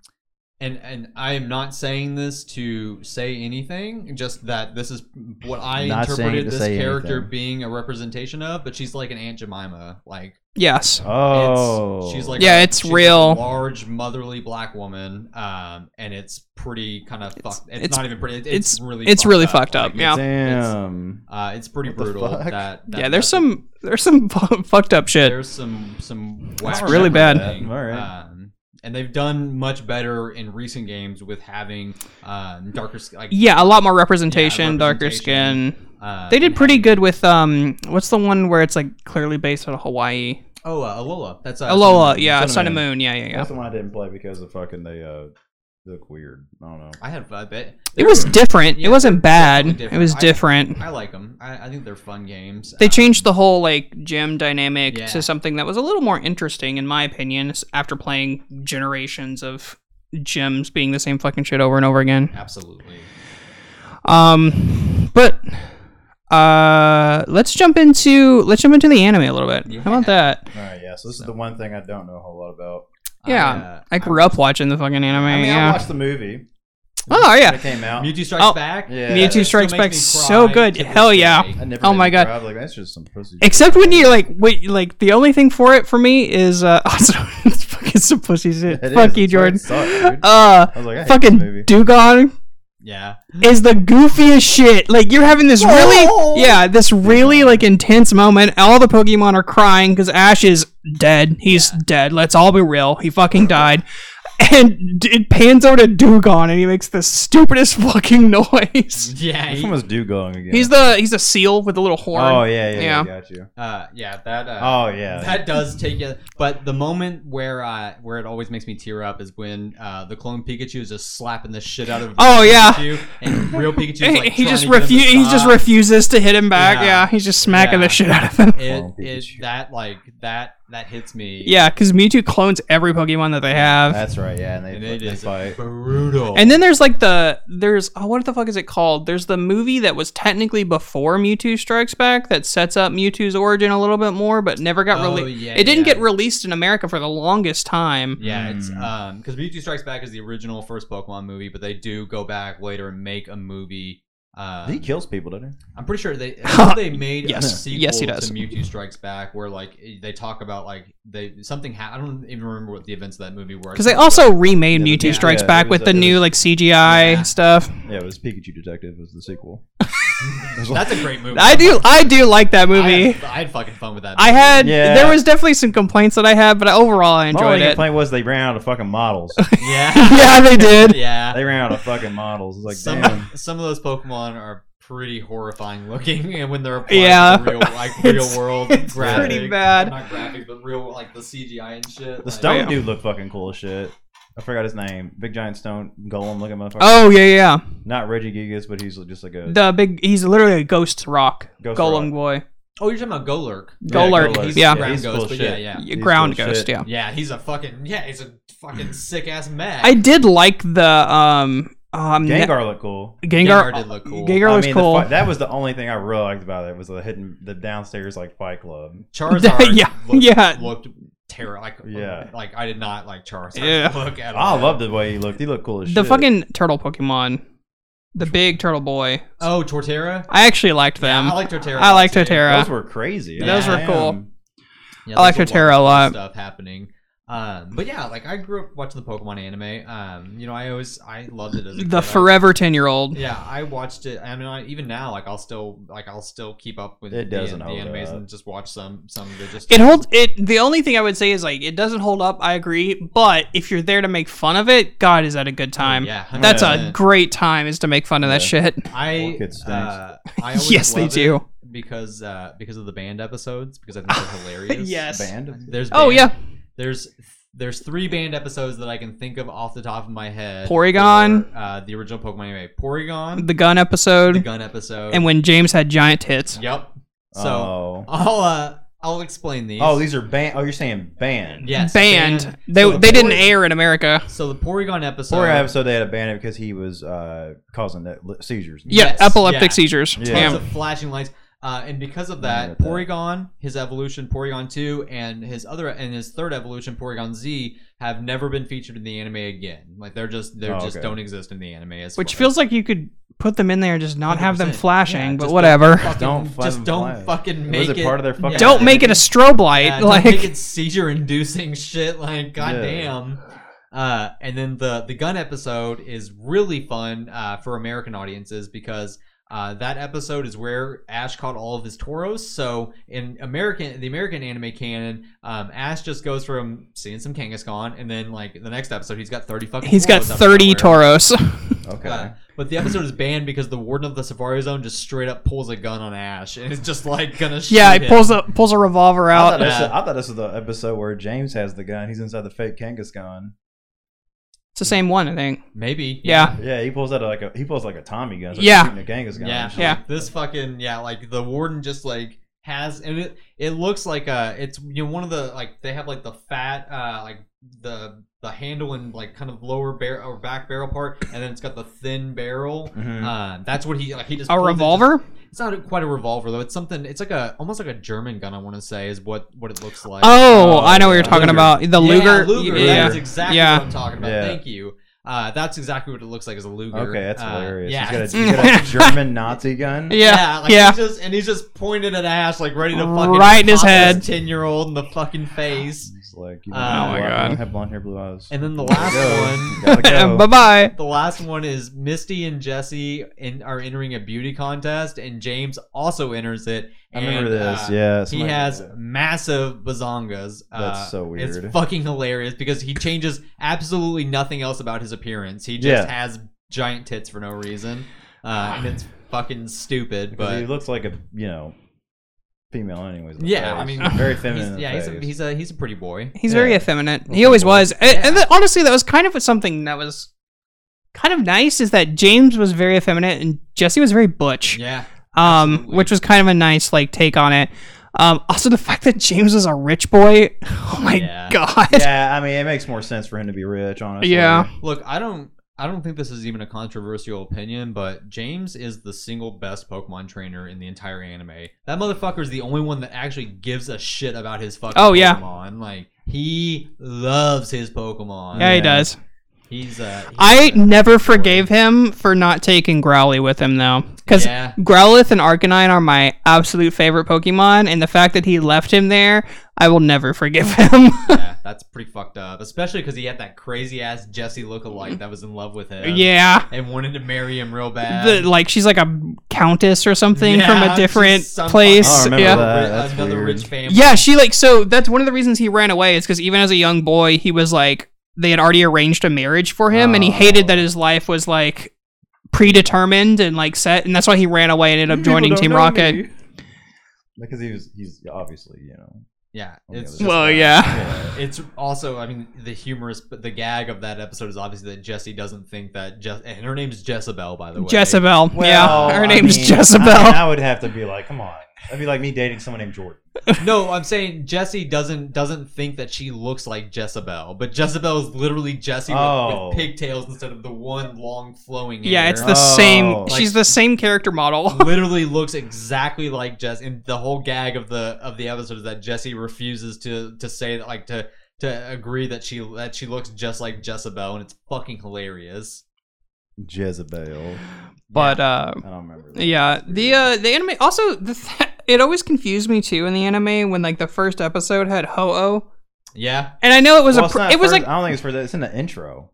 A: and and I am not saying this to say anything, just that this is what I
B: Not saying
A: interpreted
B: to
A: this
B: say
A: character
B: anything.
A: being a representation of, but she's like an Aunt Jemima. Like
D: Yes.
B: Oh.
A: it's she's like
D: Yeah,
A: a-
D: it's
A: she's like
D: real.
A: a large motherly black woman. Um and it's pretty kind of fucked it's,
D: it's-
A: not even pretty it- it's,
D: it's-
A: really
D: it's
A: fucked
D: really
A: up.
D: fucked up,
A: Like,
D: yeah.
B: Damn.
A: Uh it's pretty
B: What the
A: brutal.
B: fuck?
A: That, that
D: Yeah, there's
A: that's-
D: some there's some fucked up shit.
A: there's some some
D: That's
A: wow
D: really
A: shit
D: bad.
A: happening.
B: All right.
A: Um, and they've done much better in recent games with having um, darker skin. Like,
D: Yeah, a lot more representation, darker
A: representation.
D: skin.
A: uh,
D: They did
A: and
D: pretty
A: having-
D: good with um what's the one where it's like clearly based out of Hawaii?
A: Oh, uh, Alola. That's uh,
D: Alola,
A: Cinnamon.
D: yeah,
B: Sun and
D: Sun and
B: Moon.
D: Moon, yeah, yeah, yeah.
B: That's the one I didn't play because the fucking they uh look weird. I don't know.
A: I uh, had a bit.
D: It was different.
A: yeah,
D: it wasn't bad.
A: definitely
D: It was
A: different.
D: different.
A: I like them. I, I think they're fun games.
D: they
A: Um,
D: changed the whole like gym dynamic
A: Yeah.
D: to something that was a little more interesting in my opinion s- after playing generations of gyms being the same fucking shit over and over again.
A: Absolutely.
D: Um but Uh, let's jump into let's jump into the anime a little bit. How about that?
E: All right, yeah. So this is the one thing I don't know a whole lot about.
D: Yeah,
A: uh,
D: I grew up watching the fucking anime.
E: I mean, I
D: yeah.
E: watched the movie
D: Oh yeah.
E: when it came out.
A: Mewtwo Strikes
D: Oh,
A: Back.
E: Yeah.
D: Mewtwo
A: That still
D: Strikes
A: makes
D: Back
A: me
D: so
A: cry
D: good.
A: to this
D: Hell yeah.
A: day.
E: I never
D: Oh
E: did
D: my God.
E: drive, Like, that's just some pussy.
D: Except when you like wait like the only thing for it for me is uh also it's fucking some pussy shit.
E: It is,
D: Fuck you,
E: that's why it
D: Jordan.
E: sucked, dude.
D: Uh
E: I was like, I hate this movie.
D: fucking Dugon
A: Yeah.
D: is the goofiest shit. Like you're having this really yeah, this really like intense moment. All the Pokemon are crying cuz Ash is dead. He's dead. Let's all be real. He fucking died. And d- it pans over to Dugon and he makes the stupidest fucking noise.
A: Yeah.
B: Which
A: he-
B: one was Dugong again?
D: He's the he's a seal with the little horn.
B: Oh yeah, yeah,
D: Yeah.
B: yeah. Got you.
A: uh, yeah. That. Uh,
B: Oh yeah.
A: that does take you. But the moment where I where it always makes me tear up is when uh, the clone Pikachu is just slapping the shit out of
D: Oh,
A: real
D: yeah.
A: Pikachu, and real Pikachu's
D: He-
A: like
D: he
A: trying
D: just
A: to get him to
D: refu- he just
A: stop.
D: refuses to hit him back. Yeah,
A: Yeah.
D: he's just smacking
A: Yeah.
D: the shit out of him.
A: It,
E: Clone
A: it
E: Pikachu.
A: that like that that hits me.
D: Yeah, because Mewtwo clones every Pokemon that they have.
B: That's right. Yeah, and they,
A: and it
B: they
A: is
B: fight.
A: brutal.
D: and then there's like the there's oh what the fuck is it called? There's the movie that was technically before Mewtwo Strikes Back that sets up Mewtwo's origin a little bit more, but never got
A: Oh,
D: released.
A: yeah,
D: it didn't
A: yeah.
D: get released in America for the longest time.
A: yeah, it's
B: Hmm.
A: um because Mewtwo Strikes Back is the original first Pokemon movie, but they do go back later and make a movie. Um,
B: He kills people, doesn't he?
A: I'm pretty sure they I thought they made a
D: Yes.
A: sequel
D: Yes, he does.
A: to Mewtwo Strikes Back where like they talk about like they something ha- I don't even remember what the events of that movie were.
D: Because they also remade
B: Yeah,
D: Mewtwo
B: yeah,
D: Strikes
B: yeah,
D: Back
B: it
D: with
B: was
D: the
B: a- it
D: new
B: was-
D: like CGI
A: Yeah.
D: stuff.
B: Yeah, it was Pikachu Detective. Was the sequel.
A: that's a great movie.
D: I do I do like that
A: I
D: movie.
A: had, I had fucking fun with that.
D: I
A: movie.
D: had
B: Yeah.
D: there was definitely some complaints that I had, but overall I
B: My
D: enjoyed
B: only
D: it.
B: complaint was they ran out of fucking models.
A: yeah,
D: yeah, they did.
A: yeah.
B: they ran out of fucking models. It's like
A: some
B: damn.
A: some of those Pokemon are pretty horrifying looking, and when they're applied
D: Yeah.
A: to the real like real
D: It's-
A: world
D: it's
A: graphics,
D: pretty bad.
A: not graphics, but real like the CGI and shit.
B: The
A: like-
B: stone
D: Yeah.
B: dude looked fucking cool as shit. I forgot his name. Big giant stone golem looking motherfucker.
D: Oh yeah, yeah.
B: Not Reggie Gigas, but he's just like a
D: The big he's literally a ghost rock.
B: Ghost
D: Golem boy.
A: Oh, you're talking about Golurk.
D: Golurk,
A: He's
D: yeah.
A: a ground
B: He's
A: ghost,
B: cool
A: but
B: shit.
A: yeah, yeah.
D: Y-
B: He's
D: Ground
B: cool
D: ghost,
B: shit.
D: yeah.
A: Yeah, he's a fucking yeah, he's a fucking sick ass mag.
D: I did like the um um ne-
B: Gengar looked cool.
D: Gengar,
A: Gengar did look cool.
D: Gengar
B: I
D: was
B: mean, the
D: cool.
B: fight- that was the only thing I really liked about it was the hidden, the downstairs like fight club.
A: Charizard
D: Yeah,
A: looked,
D: yeah.
A: looked terror like
B: Yeah.
A: like I did not like Charizard
D: Yeah.
A: look at
B: I
A: all.
B: love the way he looked. He looked cool as
D: the
B: shit.
D: fucking turtle Pokemon. The big turtle boy.
A: Oh, Torterra.
D: I actually liked them.
A: I like Torterra.
D: Um, I like
A: too.
D: Torterra.
B: those were crazy.
A: Those were
D: cool.
B: Damn.
A: Yeah,
D: I like
A: there's
D: Torterra a lot.
A: of cool Stuff happening. Um, but yeah, like I grew up watching the Pokemon anime. Um, you know, I always I loved it as a kid.
D: The
A: I-
D: forever 10-year-old.
A: Yeah, I watched it. I mean, I, even now, like I'll still like I'll still keep up with
B: It
A: the,
B: doesn't
A: the
B: hold
A: animes
B: up.
A: and just watch some some. That just
D: It holds it the only thing I would say is like it doesn't hold up, I agree, but if you're there to make fun of it, god is that a good time.
A: Oh, Yeah,
D: That's a
A: 100%.
D: great time is to make fun of that shit.
A: I
B: Orchid stinks.
A: uh, I always
D: Yes, they
A: love it
D: do.
A: because uh, because of the band episodes because I think they're hilarious.
D: Yes.
B: Band.
A: There's
D: Oh,
A: band-
D: yeah.
A: There's there's three band episodes that I can think of off the top of my head.
D: Porygon.
A: for, uh, the original Pokemon anime. Porygon.
D: The gun episode
A: The gun episode.
D: and when James had giant tits.
A: yep. So
B: So, oh,
A: I'll uh, I'll explain these.
B: oh, these are band. Oh, you're saying band.
A: yes
D: banned.
A: band.
D: They
A: So the
D: they didn't
A: Pory-
D: air in America.
A: So the Porygon episode.
B: Poor episode, they had a ban because he was uh, causing that li- seizures.
D: Yeah,
A: Yes,
D: epileptic
A: yeah.
D: seizures.
B: Yeah.
A: Tons
D: Damn.
A: of flashing lights. Uh, and because of
B: I
A: that,
B: remember that.
A: Porygon, his evolution, Porygon two, and his other and his third evolution, Porygon Z, have never been featured in the anime again. Like they're just they are
B: Oh,
A: just
B: okay.
A: don't exist in the anime as
D: Which
A: well.
D: feels like you could put them in there and just not have them
A: 100%.
D: flashing,
A: Yeah,
D: but
A: just
D: whatever.
A: Fucking-
B: Don't
A: just
B: fucking
A: don't
B: flash.
A: fucking make
B: Was it part of their fucking-
D: Don't make it a strobe light.
A: yeah,
D: like
A: Uh, don't make it seizure inducing shit. Like goddamn. Uh, and then the the gun episode is really fun uh, for American audiences because uh, that episode is where Ash caught all of his Tauros. So in American the American anime canon, um, Ash just goes from seeing some Kangaskhan, and then like the next episode he's got thirty fucking.
D: he's got
A: Tauros out of
D: 30
A: nowhere.
D: Tauros.
B: Okay.
A: Uh, but the episode is banned because the warden of the Safari Zone just straight up pulls a gun on Ash and it's just like gonna shoot
D: yeah, he
A: him.
D: pulls a pulls a revolver
B: I thought,
D: out.
B: this,
A: Yeah.
B: I thought this was the episode where James has the gun. He's inside the fake Kangaskhan.
D: It's the same one, I think.
A: Maybe.
D: Yeah.
B: Yeah, he pulls out like a he pulls like a Tommy gun.
D: Yeah.
B: yeah, shooting a Kangaskhan.
A: Yeah.
B: and shit.
D: Yeah.
A: This fucking yeah, like the warden just like has and it it looks like uh it's you know one of the like they have like the fat uh like the the handle and like kind of lower barrel or back barrel part and then it's got the thin barrel.
B: Mhm.
A: Uh, that's what he like he just
D: Mm-hmm. A
A: pulls it
D: revolver?
A: just- It's not quite a revolver though. It's something. It's like a almost like a German gun. I want to say is what what it looks like.
D: Oh, I know what you're
E: yeah.
D: talking
E: Luger.
D: about. The Luger.
A: Yeah, Luger.
D: Yeah.
A: That's exactly
D: Yeah.
A: what I'm talking about.
E: Yeah.
A: Thank you. Uh, that's exactly what it looks like is a Luger.
E: Okay, that's
A: Uh,
E: hilarious.
A: Yeah.
E: He's got a, he's got a German Nazi gun.
D: Yeah,
A: like
D: yeah.
A: He's just, and he's just pointed at Ash, like ready to fucking
D: Right in his
A: pop
D: head.
A: ten year old in the fucking face.
E: It's like, you
A: Oh
E: don't have
A: my
E: blonde-
D: God.
E: don't Have blonde hair, blue eyes.
A: And then the last
E: Gotta
A: one,
E: go.
D: bye bye.
A: the last one is Misty and Jesse in, are entering a beauty contest, and James also enters it.
E: I remember
A: and,
E: this.
A: uh,
E: yeah,
A: He
E: somebody-
A: has massive bazongas. uh,
E: That's so
A: It's
E: weird.
A: fucking hilarious because he changes absolutely nothing else about his appearance. He just
E: Yeah.
A: has giant tits for no reason, uh, and it's fucking stupid.
E: Because he
A: But
E: looks like a you know female, anyways. in the
A: Yeah,
E: face.
A: I mean,
E: very feminine.
A: he's,
E: in the
A: yeah, he's a,
E: face.
A: he's a he's a pretty boy.
D: He's very
E: Yeah.
D: effeminate. He always was. And, and that- honestly, that was kind of something that was kind of nice is that James was very effeminate and Jesse was very butch.
A: Yeah,
D: um,
A: absolutely.
D: which was kind of a nice like take on it. Um, also the fact that James was a rich boy. Oh my
A: Yeah.
D: god.
E: yeah, I mean, it makes more sense for him to be rich, honestly.
D: Yeah.
A: Look, I don't I don't think this is even a controversial opinion, but James is the single best Pokemon trainer in the entire anime. That motherfucker is the only one that actually gives a shit about his fucking
D: Oh, yeah.
A: Pokemon. Like he loves his Pokemon.
D: Yeah, he
E: Yeah.
D: does.
A: He's uh he's
D: I
A: a-
D: never forgave him for not taking Growly with him though, because
A: Yeah.
D: Growlithe and Arcanine are my absolute favorite Pokemon, and the fact that he left him there, I will never forgive him.
A: yeah, that's pretty fucked up. Especially because he had that crazy ass Jesse lookalike that was in love with him.
D: yeah.
A: And wanted to marry him real bad.
D: The, like she's like a countess or something from
A: Yeah,
D: a different
A: she's some
D: place.
E: Oh, I remember
D: yeah.
E: that.
A: Another-
E: that's
A: another
E: weird.
A: rich family.
D: Yeah, she like so that's one of the reasons he ran away is because even as a young boy, he was like they had already arranged a marriage for him, and he hated
E: Oh.
D: that his life was like predetermined and like set, and that's why he ran away and ended up joining Team Rocket.
E: Because he was, he's obviously, you know.
A: Yeah.
E: on the
A: It's
E: other
A: just-
E: side.
D: Well, yeah.
A: It's also, I mean, the humorous, but the gag of that episode is obviously that Jesse doesn't think that Jess, and her name's Jezebel, by the way.
D: Jezebel.
E: Well,
D: yeah, her
E: I
D: name's
E: mean,
D: Jezebel.
E: I, mean, I would have to be like, come on. That'd be like me dating someone named Jordan.
A: No, I'm saying Jesse doesn't doesn't think that she looks like Jezebel, but Jezebel is literally Jesse with,
E: Oh.
A: with pigtails instead of the one long flowing hair.
D: yeah, it's the
E: there. Oh,
D: same.
E: like-
D: she's the same character model.
A: literally looks exactly like Jess. And the whole gag of the of the episode is that Jesse refuses to to say that like to to agree that she that she looks just like Jezebel, and it's fucking hilarious.
E: Jezebel.
D: But uh,
E: I don't remember. that.
D: Yeah, the uh, the anime also the th- it always confused me too in the anime when like the first episode had Ho Oh,
A: Yeah,
D: and I know it was
E: Well,
D: a
E: it's
D: pr-
E: not
D: it was
E: first-
D: like
E: I don't think it's for that. It's in the intro.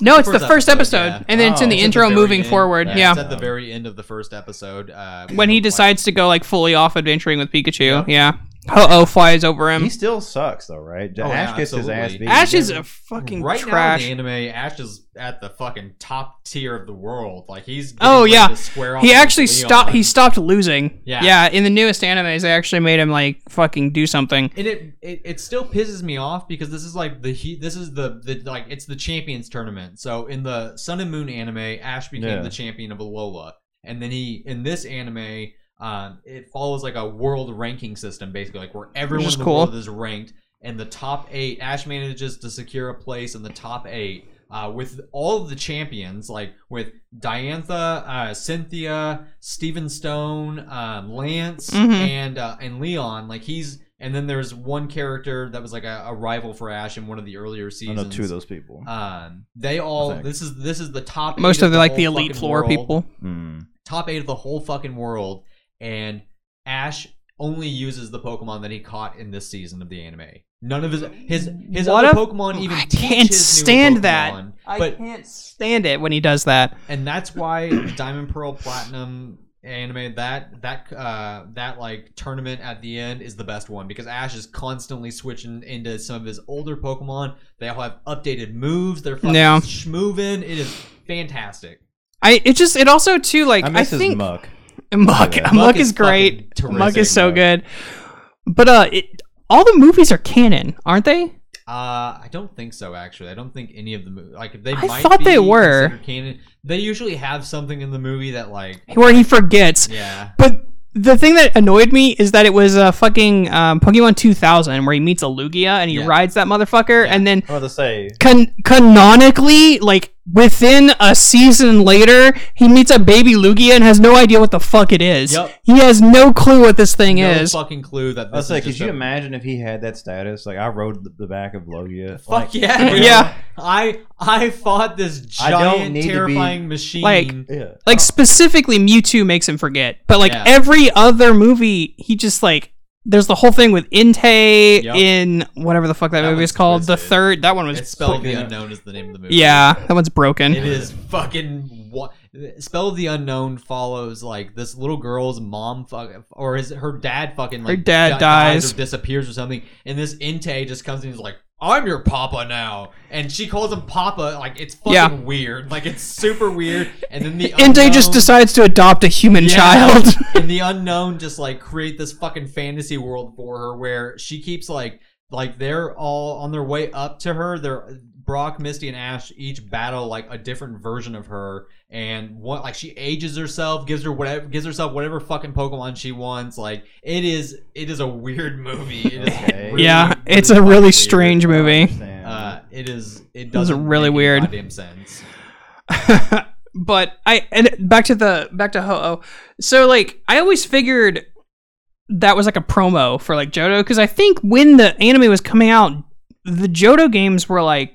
D: no, it's
A: first
D: the first
A: episode,
D: episode,
A: yeah.
D: and then it's in
E: Oh,
D: the
E: it's at the
D: intro
A: very
D: moving
A: end.
D: forward.
A: Yeah,
D: Yeah,
A: it's at the very end of the first episode. Uh,
D: when he
A: the-
D: decides to go like fully off adventuring with Pikachu.
A: Yep.
D: Yeah, Ho Oh flies over him.
E: He still sucks, though, right?
A: Oh,
E: Ash
A: yeah,
E: gets his ass
A: absolutely.
E: beat.
D: Ash is a fucking
A: right
D: trash.
A: now in the anime, Ash is at the fucking top tier of the world. Like he's getting
D: Oh,
A: ready
D: yeah.
A: to square off
D: he
A: against
D: actually
A: Leon.
D: stopped. He stopped losing.
A: Yeah.
D: yeah. In the newest animes, they actually made him like fucking do something.
A: and it, it it still pisses me off because this is like the he this is the, the like it's the champions tournament. So in the Sun and Moon anime, Ash became
E: Yeah.
A: the champion of Alola, and then he in this anime, um, it follows like a world ranking system basically, like where everyone
D: is
A: in the
D: cool.
A: world is ranked, and the top eight, Ash manages to secure a place in the top eight. Uh, with all of the champions, like with Diantha, uh, Cynthia, Steven Stone, um, Lance,
D: Mhm.
A: and uh, and Leon, like he's and then there's one character that was like a, a rival for Ash in one of the earlier
E: I
A: seasons.
E: know two of those people.
D: Uh,
A: Um, they all
E: think.
A: this is this is the top
D: Most
A: eight
D: of the like
A: whole
D: the elite
A: fucking
D: floor
A: world
D: people.
E: Mm.
A: top eight of the whole fucking world, and Ash only uses the Pokemon that he caught in this season of the anime. None of his his his
D: What
A: other
D: a-
A: Pokemon even.
D: I
A: teach
D: can't
A: his newer
D: stand that.
A: Pokemon, But
D: can't stand it when he does that.
A: and that's why Diamond Pearl Platinum anime that that uh that like tournament at the end is the best one because Ash is constantly switching into some of his older Pokemon. They all have updated moves. They're fucking
D: Yeah.
A: schmoovin'. It is fantastic.
D: I it just it also too like
E: I
D: I,
E: miss his
D: think
E: muck.
D: Muck,
E: Yeah.
D: Muck,
A: Muck
D: is,
A: is
D: great.
A: fucking
D: Muck
A: terrific,
D: is so
E: Muck.
D: good. But uh, it, all the movies are canon, aren't they?
A: Uh, I don't think so. Actually, I don't think any of the movie like they.
D: I
A: might
D: thought
A: be
D: they were.
A: considered canon. They usually have something in the movie that like
D: Where he forgets.
A: yeah.
D: But the thing that annoyed me is that it was uh, fucking um, Pokemon 2000 where he meets a Lugia and he
A: Yeah.
D: rides that motherfucker,
A: Yeah.
D: and then
E: I was about to say,
D: can- canonically, like within a season later, he meets a baby Lugia and has no idea what the fuck it is.
A: Yup.
D: He has no clue what this thing
A: no
D: is.
A: fucking clue that
E: I
A: this
E: was
A: is
E: like, could
A: just
E: you
A: a-
E: imagine if he had that status? Like, I rode the, the back of Logia.
A: Fuck yeah, dude.
D: Yeah.
A: I I fought this
E: I don't
A: giant
E: need to be-
A: terrifying machine.
D: Like-
E: yeah.
D: Like specifically Mewtwo makes him forget. But like
A: Oh. Yeah.
D: every other movie, he just like there's the whole thing with Intei
A: Yup.
D: in whatever the fuck that,
A: That
D: movie is
A: one's
D: called. The
A: twisted.
D: third that one was
A: it's spelled the
E: fucking-
A: unknown is the name of the movie.
D: Yeah, that one's broken.
A: It is fucking what spell of the unknown follows like this little girl's mom fuck or his her dad fucking like
D: Her dad
A: di-
D: dies.
A: or disappears or something and this Inte just comes in and is like I'm your papa now and she calls him papa like it's fucking
D: Yeah.
A: weird like it's super weird and then the
D: Intei just
A: unknown-
D: decides to adopt a human
A: Yeah.
D: child.
A: and the unknown just like create this fucking fantasy world for her where she keeps like like they're all on their way up to her they're brock misty and ash each battle like a different version of her and what like she ages herself gives her whatever gives herself whatever fucking pokemon she wants like it is it is a weird movie it is
E: Okay.
A: really,
D: yeah, it's a
A: fucking
D: really
A: weird.
D: strange movie.
A: uh it is it
D: This is
A: doesn't
D: really
A: make any
D: weird.
A: goddamn sense
D: but I and back to the back to Ho Oh. So like I always figured that was like a promo for like Johto because I think when the anime was coming out, the Johto games were like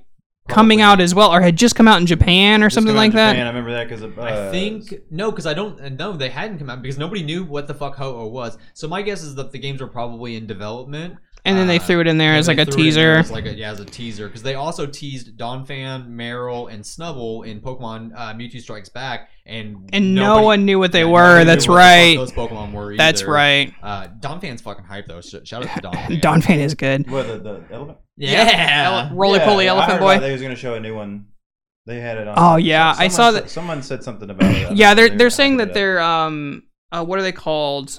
D: coming out as well or had just come out in Japan or something like
E: I
D: that.
E: remember that because uh,
A: I think no, because I don't. uh, No, they hadn't come out because nobody knew what the fuck Ho Oh was. So my guess is that the games were probably in development.
D: And then they
A: Uh,
D: threw it in there
A: and
D: as
A: they
D: like a
A: threw it in there
D: teaser.
A: as like a, yeah, as a teaser, because they also teased Donphan, Meryl, and Snubble in Pokemon uh, Mewtwo Strikes Back, and
D: And no
A: nobody-
D: one knew what they
A: yeah, nobody
D: were.
A: knew
D: That's
A: what the fuck
D: right.
A: Those Pokemon were.
D: That's
A: either.
D: right.
A: Uh, Donphan's fucking hype though. Sh- Shout out to Donphan.
D: Don Fan is good.
E: What, the, the elephant?
A: Yeah.
D: Ele- Roly
E: Yeah,
D: poly
E: yeah, I
D: elephant
E: heard
D: boy.
E: about They was going to show a new one. They had it on.
D: Oh, yeah, I
E: Someone
D: saw
E: said-
D: that-
E: Someone said something about it. I
D: yeah,
E: don't know
D: they're
E: if
D: they're saying
E: hyping it
D: that
E: up.
D: they're um uh, what are they called?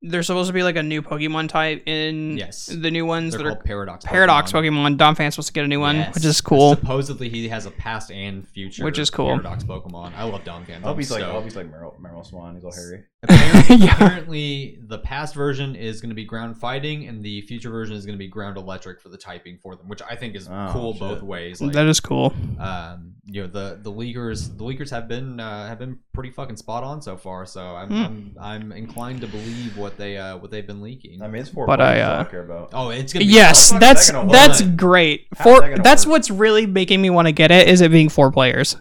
D: They're supposed to be like a new Pokemon type in
A: Yes.
D: the new ones
A: They're
D: that are
A: called Paradox.
D: Paradox Pokemon. Don Fan's supposed to get a new one,
A: Yes.
D: which is cool.
A: Supposedly he has a past and future,
D: Which is cool.
A: Paradox Pokemon. I love Donphan.
E: I hope he's like, I
A: so-
E: hope he's like Meryl, Meryl Swan. He's all hairy.
A: Apparently,
D: Yeah.
A: apparently the past version is going to be ground fighting, and the future version is going to be ground electric for the typing for them, which I think is
E: Oh,
A: cool
E: shit.
A: both ways. Like,
D: that is cool.
A: um, you know, the the leakers the leakers have been uh, have been pretty fucking spot on so far. So I'm
D: Hmm.
A: I'm, I'm inclined to believe what they uh, what they've been leaking.
E: I mean, it's four
D: But
E: but
D: I,
E: I,
D: uh,
E: don't care about.
A: oh, it's gonna be
D: Yes,
E: How the fuck is
D: that's
E: that gonna work?
D: that's great.
E: How is
D: Four.
E: that gonna
D: that's
E: work?
D: what's really making me want to get it is it being four players.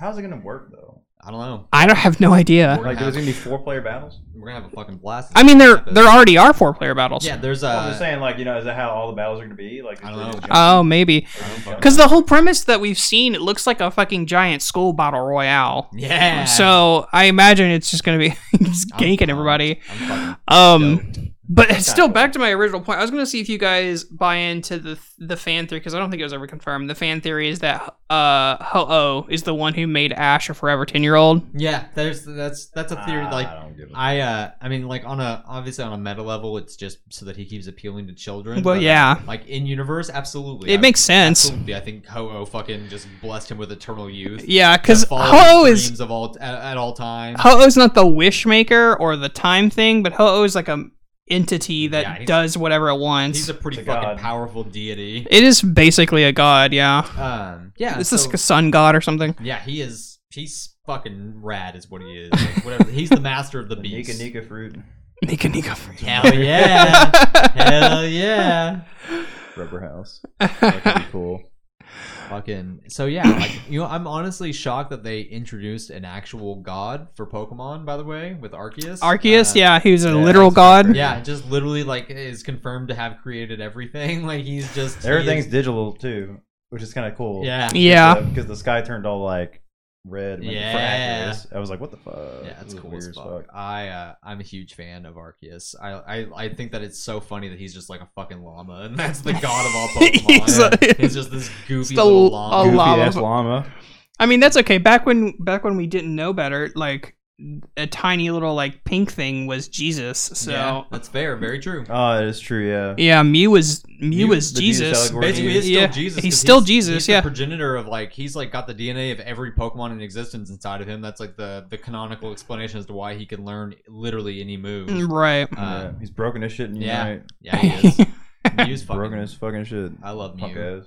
E: How's it going to work though?
A: I don't know.
D: I don't have no idea.
A: We're
E: Like, there's
A: gonna
E: going
A: have,
E: to be four player battles.
A: we're gonna have a fucking blast.
D: I mean, there there already are four player battles.
A: yeah. There's
E: I'm just
A: uh,
E: saying, like, you know, is that how all the battles are going to be? Like,
A: I don't know.
D: Oh, maybe
A: fucking-
D: because the whole premise that we've seen it looks like a fucking giant school battle royale.
A: yeah.
D: So I imagine it's just gonna be just
A: I'm
D: ganking
A: pumped.
D: everybody.
A: I'm fucking
D: Um, but it's still
E: Okay.
D: back to my original point. I was gonna see if you guys buy into the the fan theory because I don't think it was ever confirmed. The fan theory is that uh Ho Oh is the one who made Ash a forever ten year old.
A: Yeah, there's that's that's a theory. Like
E: I don't give a
A: I, uh, I mean, like on a obviously on a meta level, it's just so that he keeps appealing to children.
D: Well,
A: but, uh,
D: yeah,
A: like in universe, absolutely.
D: it
A: I-
D: makes sense.
A: absolutely. I think Ho Oh fucking just blessed him with eternal youth.
D: Yeah, because
A: To follow
D: Ho Oh
A: his
D: is
A: dreams of all at, at all times.
D: Ho Oh's not the wish maker or the time thing, but Ho Oh is like a entity that
A: Yeah, he's-
D: does whatever it
A: He's
D: wants.
A: a pretty
E: He's a
A: fucking
E: god.
A: powerful deity.
D: it is basically a god. Yeah,
A: Um, yeah,
D: it's
A: so-
D: like a sun god or something.
A: yeah, he is. He's fucking rad, is what he is. Like, whatever. He's the master of the
E: Nika
A: beast.
E: Nika fruit.
D: Nika Nika. Free.
A: Hell yeah! Hell yeah!
E: Rubber house. That could be cool.
A: Fucking so yeah, like you know, I'm honestly shocked that they introduced an actual god for Pokemon. By the way, with Arceus.
D: Arceus,
A: Uh,
D: yeah, he was a
E: yeah,
D: literal
E: that's
D: god.
E: pretty-
A: yeah, just literally like is confirmed to have created everything. Like he's just he
E: Everything's
A: is-
E: digital too, which is kind of cool.
A: yeah,
D: Yeah.
E: Because the sky turned all like red. when- for
A: Yeah.
E: Actress. I was like, what the fuck?
A: yeah, it's
E: This is
A: cool
E: weird
A: as fuck. I uh, I'm a huge fan of Arceus. I, I I think that it's so funny that he's just like a fucking llama, and that's the god of all Pokemon.
D: He's a-
A: Yeah. he's just this goofy
D: Just a
A: little
D: l-
A: llama.
D: a
E: Goofy
D: llama.
E: ass llama.
D: I mean, that's okay. Back when back when we didn't know better, like a tiny little like pink thing was Jesus. So
A: yeah,
D: yeah,
A: that's fair. Very true.
E: Oh, it is true. Yeah.
D: Mew was Mew
E: Mew-
D: was
E: the Jesus
D: Jesus.
E: allegory.
A: basically is still
D: Yeah,
A: Jesus.
D: he's
A: 'cause
D: still Jesus,
A: He's
D: yeah.
A: the progenitor of like he's like got the DNA of every Pokemon in existence inside of him. That's like the the canonical explanation as to why he can learn literally any move.
D: Mm, Right.
A: Uh,
E: Yeah, He's broken as shit. And yeah.
A: yeah.
E: Right.
A: yeah, he is. Mew's
E: Broken
A: fucking.
E: as fucking shit.
A: I love
E: Punk
A: Mew.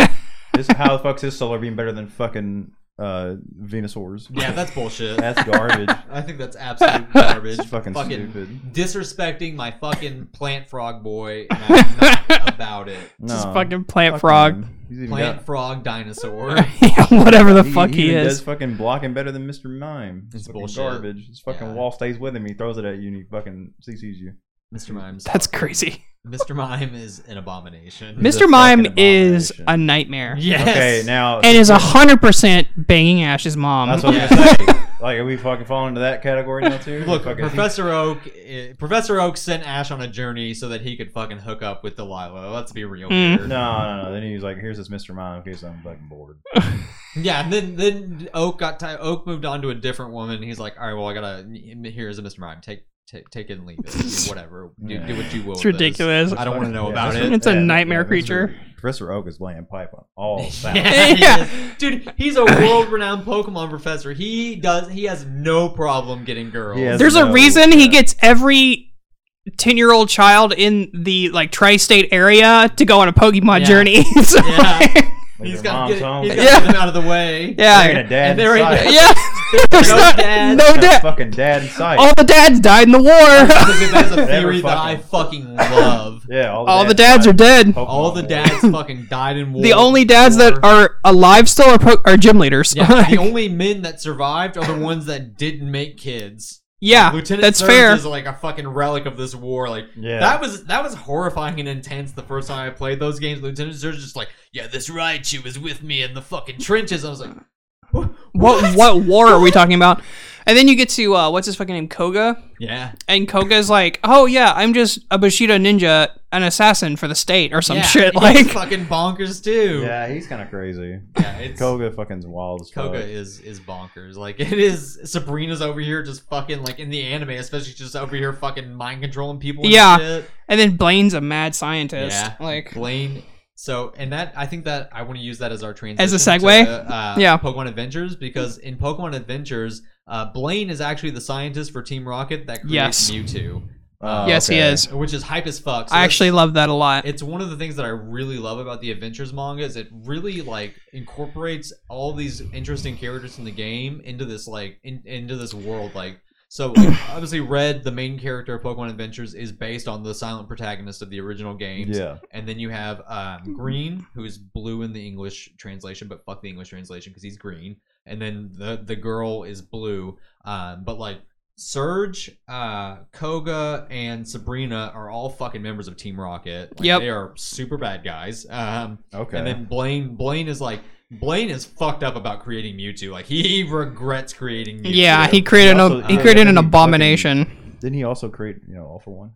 E: ass.
B: this how the fuck's his solar beam better than fucking uh, Venusaur's?
A: Yeah, that's bullshit.
B: That's garbage.
A: I think that's absolute garbage.
B: It's fucking, stupid.
A: disrespecting my fucking plant frog boy, and I'm not about it.
B: No,
D: This fucking plant
B: fuck
D: frog.
B: him. He's even
A: Plant
B: got-
A: frog dinosaur.
D: yeah, whatever the fuck he,
B: even
D: is.
B: Does fucking blocking better than Mr. Mime.
A: It's
B: fucking
A: bullshit.
B: garbage. His fucking
A: Yeah.
B: wall stays with him. He throws it at you and he fucking CCs you.
A: Mr. Mime's.
D: That's crazy.
A: Mr. Mime is an abomination.
B: Mis- a
D: Mr. Mime
B: fucking
D: is
B: abomination.
D: a nightmare.
A: yes.
B: Okay, now
D: And is hundred percent banging Ash's mom.
B: that's what I was gonna say. Like, are we fucking falling into that category now too?
A: Look,
B: fucking,
A: Professor Oak. eh, Professor Oak sent Ash on a journey so that he could fucking hook up with Delilah. Let's be real
D: Mm.
A: here.
B: No, no, no. Then he was like, "Here's this Mr. Mime in case I'm fucking bored."
A: Yeah, and then then Oak got ti Oak moved on to a different woman. He's like, all right, well, I gotta. Here's a Mr. Mime. Take take take it and leave it. Whatever. Do, do what you will.
D: It's
A: with this.
D: ridiculous.
A: I don't want to know
B: Yeah,
A: about
B: that's-
A: it.
D: It's a
B: that's-
D: nightmare
B: that's
D: creature.
B: really- Professor Oak is playing pipe on all sides.
A: Yeah, he
D: Yeah.
A: is. dude, he's a world-renowned Pokemon professor. He does. He has no problem getting girls.
B: He has-
D: There's a
B: No,
D: reason
B: yeah.
D: he gets every ten-year-old child in the like tri-state area to go on a Pokemon
A: Yeah.
D: journey. So-
A: Yeah.
B: Like,
A: He's
B: your
A: got to
B: mom's
A: get,
B: home.
A: he's
B: There
A: got
D: Yeah.
A: to get them out of the way.
D: yeah,
B: ain't a dad
A: And there ain't-
B: inside.
D: yeah. There's
A: No
D: not-
A: dad.
D: no
B: There's
D: dad.
B: fucking dad in sight.
D: All the dads died in the war.
A: That's a
B: Never
A: theory that I fucking love.
B: yeah, all the
D: All the
B: dads
D: dads are dead.
B: Pokemon
A: All the
B: boy.
A: dads fucking died in war.
D: The only dads that are alive still are, pro- are gym leaders.
A: Yeah, the only men that survived are the ones that didn't make kids.
D: Yeah,
A: Lieutenant
D: that's
A: Surge
D: fair.
A: Is like a fucking relic of this war. Like
B: Yeah.
A: that was that was horrifying and intense the first time I played those games. Lieutenant Surge is just like, yeah, this right, she was with me in the fucking trenches. I was like,
D: What what war are we talking about? And then you get to uh, what's his fucking name, Koga,
A: yeah,
D: and Koga's like, "Oh yeah, I'm just a Bushido ninja, an assassin for the state or some
A: yeah, he's
D: shit." Like,
A: fucking bonkers too. Yeah,
B: Yeah, he's kind of crazy.
A: it's Koga.
B: Koga fucking is wild as fuck.
A: is is bonkers. Like it is. Sabrina's over here just fucking like in the anime, especially just over here fucking mind controlling people. And
D: Yeah.
A: shit.
D: and then Blaine's a mad scientist.
A: yeah.
D: Like,
A: Blaine. So, and that I think that I want to use that as our transition
D: As a segue?
A: To, uh,
D: Yeah.
A: Pokemon Adventures because in Pokemon Adventures, uh, Blaine is actually the scientist for Team Rocket that creates
D: Yes.
A: Mewtwo,
B: Oh,
D: yes, he
B: okay.
D: is.
A: which is hype as fuck. So
D: I
A: that's-
D: actually love that a lot.
A: it's one of the things that I really love about the Adventures manga is it really like incorporates all these interesting characters in the game into this like in, into this world like so like, obviously Red the main character of Pokemon Adventures is based on the silent protagonist of the original games
B: Yeah.
A: and then you have
B: Hmm.
A: um, Green, who is blue in the English translation, but fuck the English translation because he's green. And then the the girl is blue. Um, but like Surge, uh, Koga, and Sabrina are all fucking members of Team Rocket. Like,
D: Yep.
A: they are super bad guys. Um,
B: Okay.
A: and then Blaine, Blaine is like. Blaine is fucked up about creating Mewtwo. Like he regrets creating Mewtwo.
D: yeah, he created
B: He also-
D: an he
B: uh,
D: created
B: he
D: an
B: fucking-
D: abomination.
B: Didn't he also create, you know, All for One?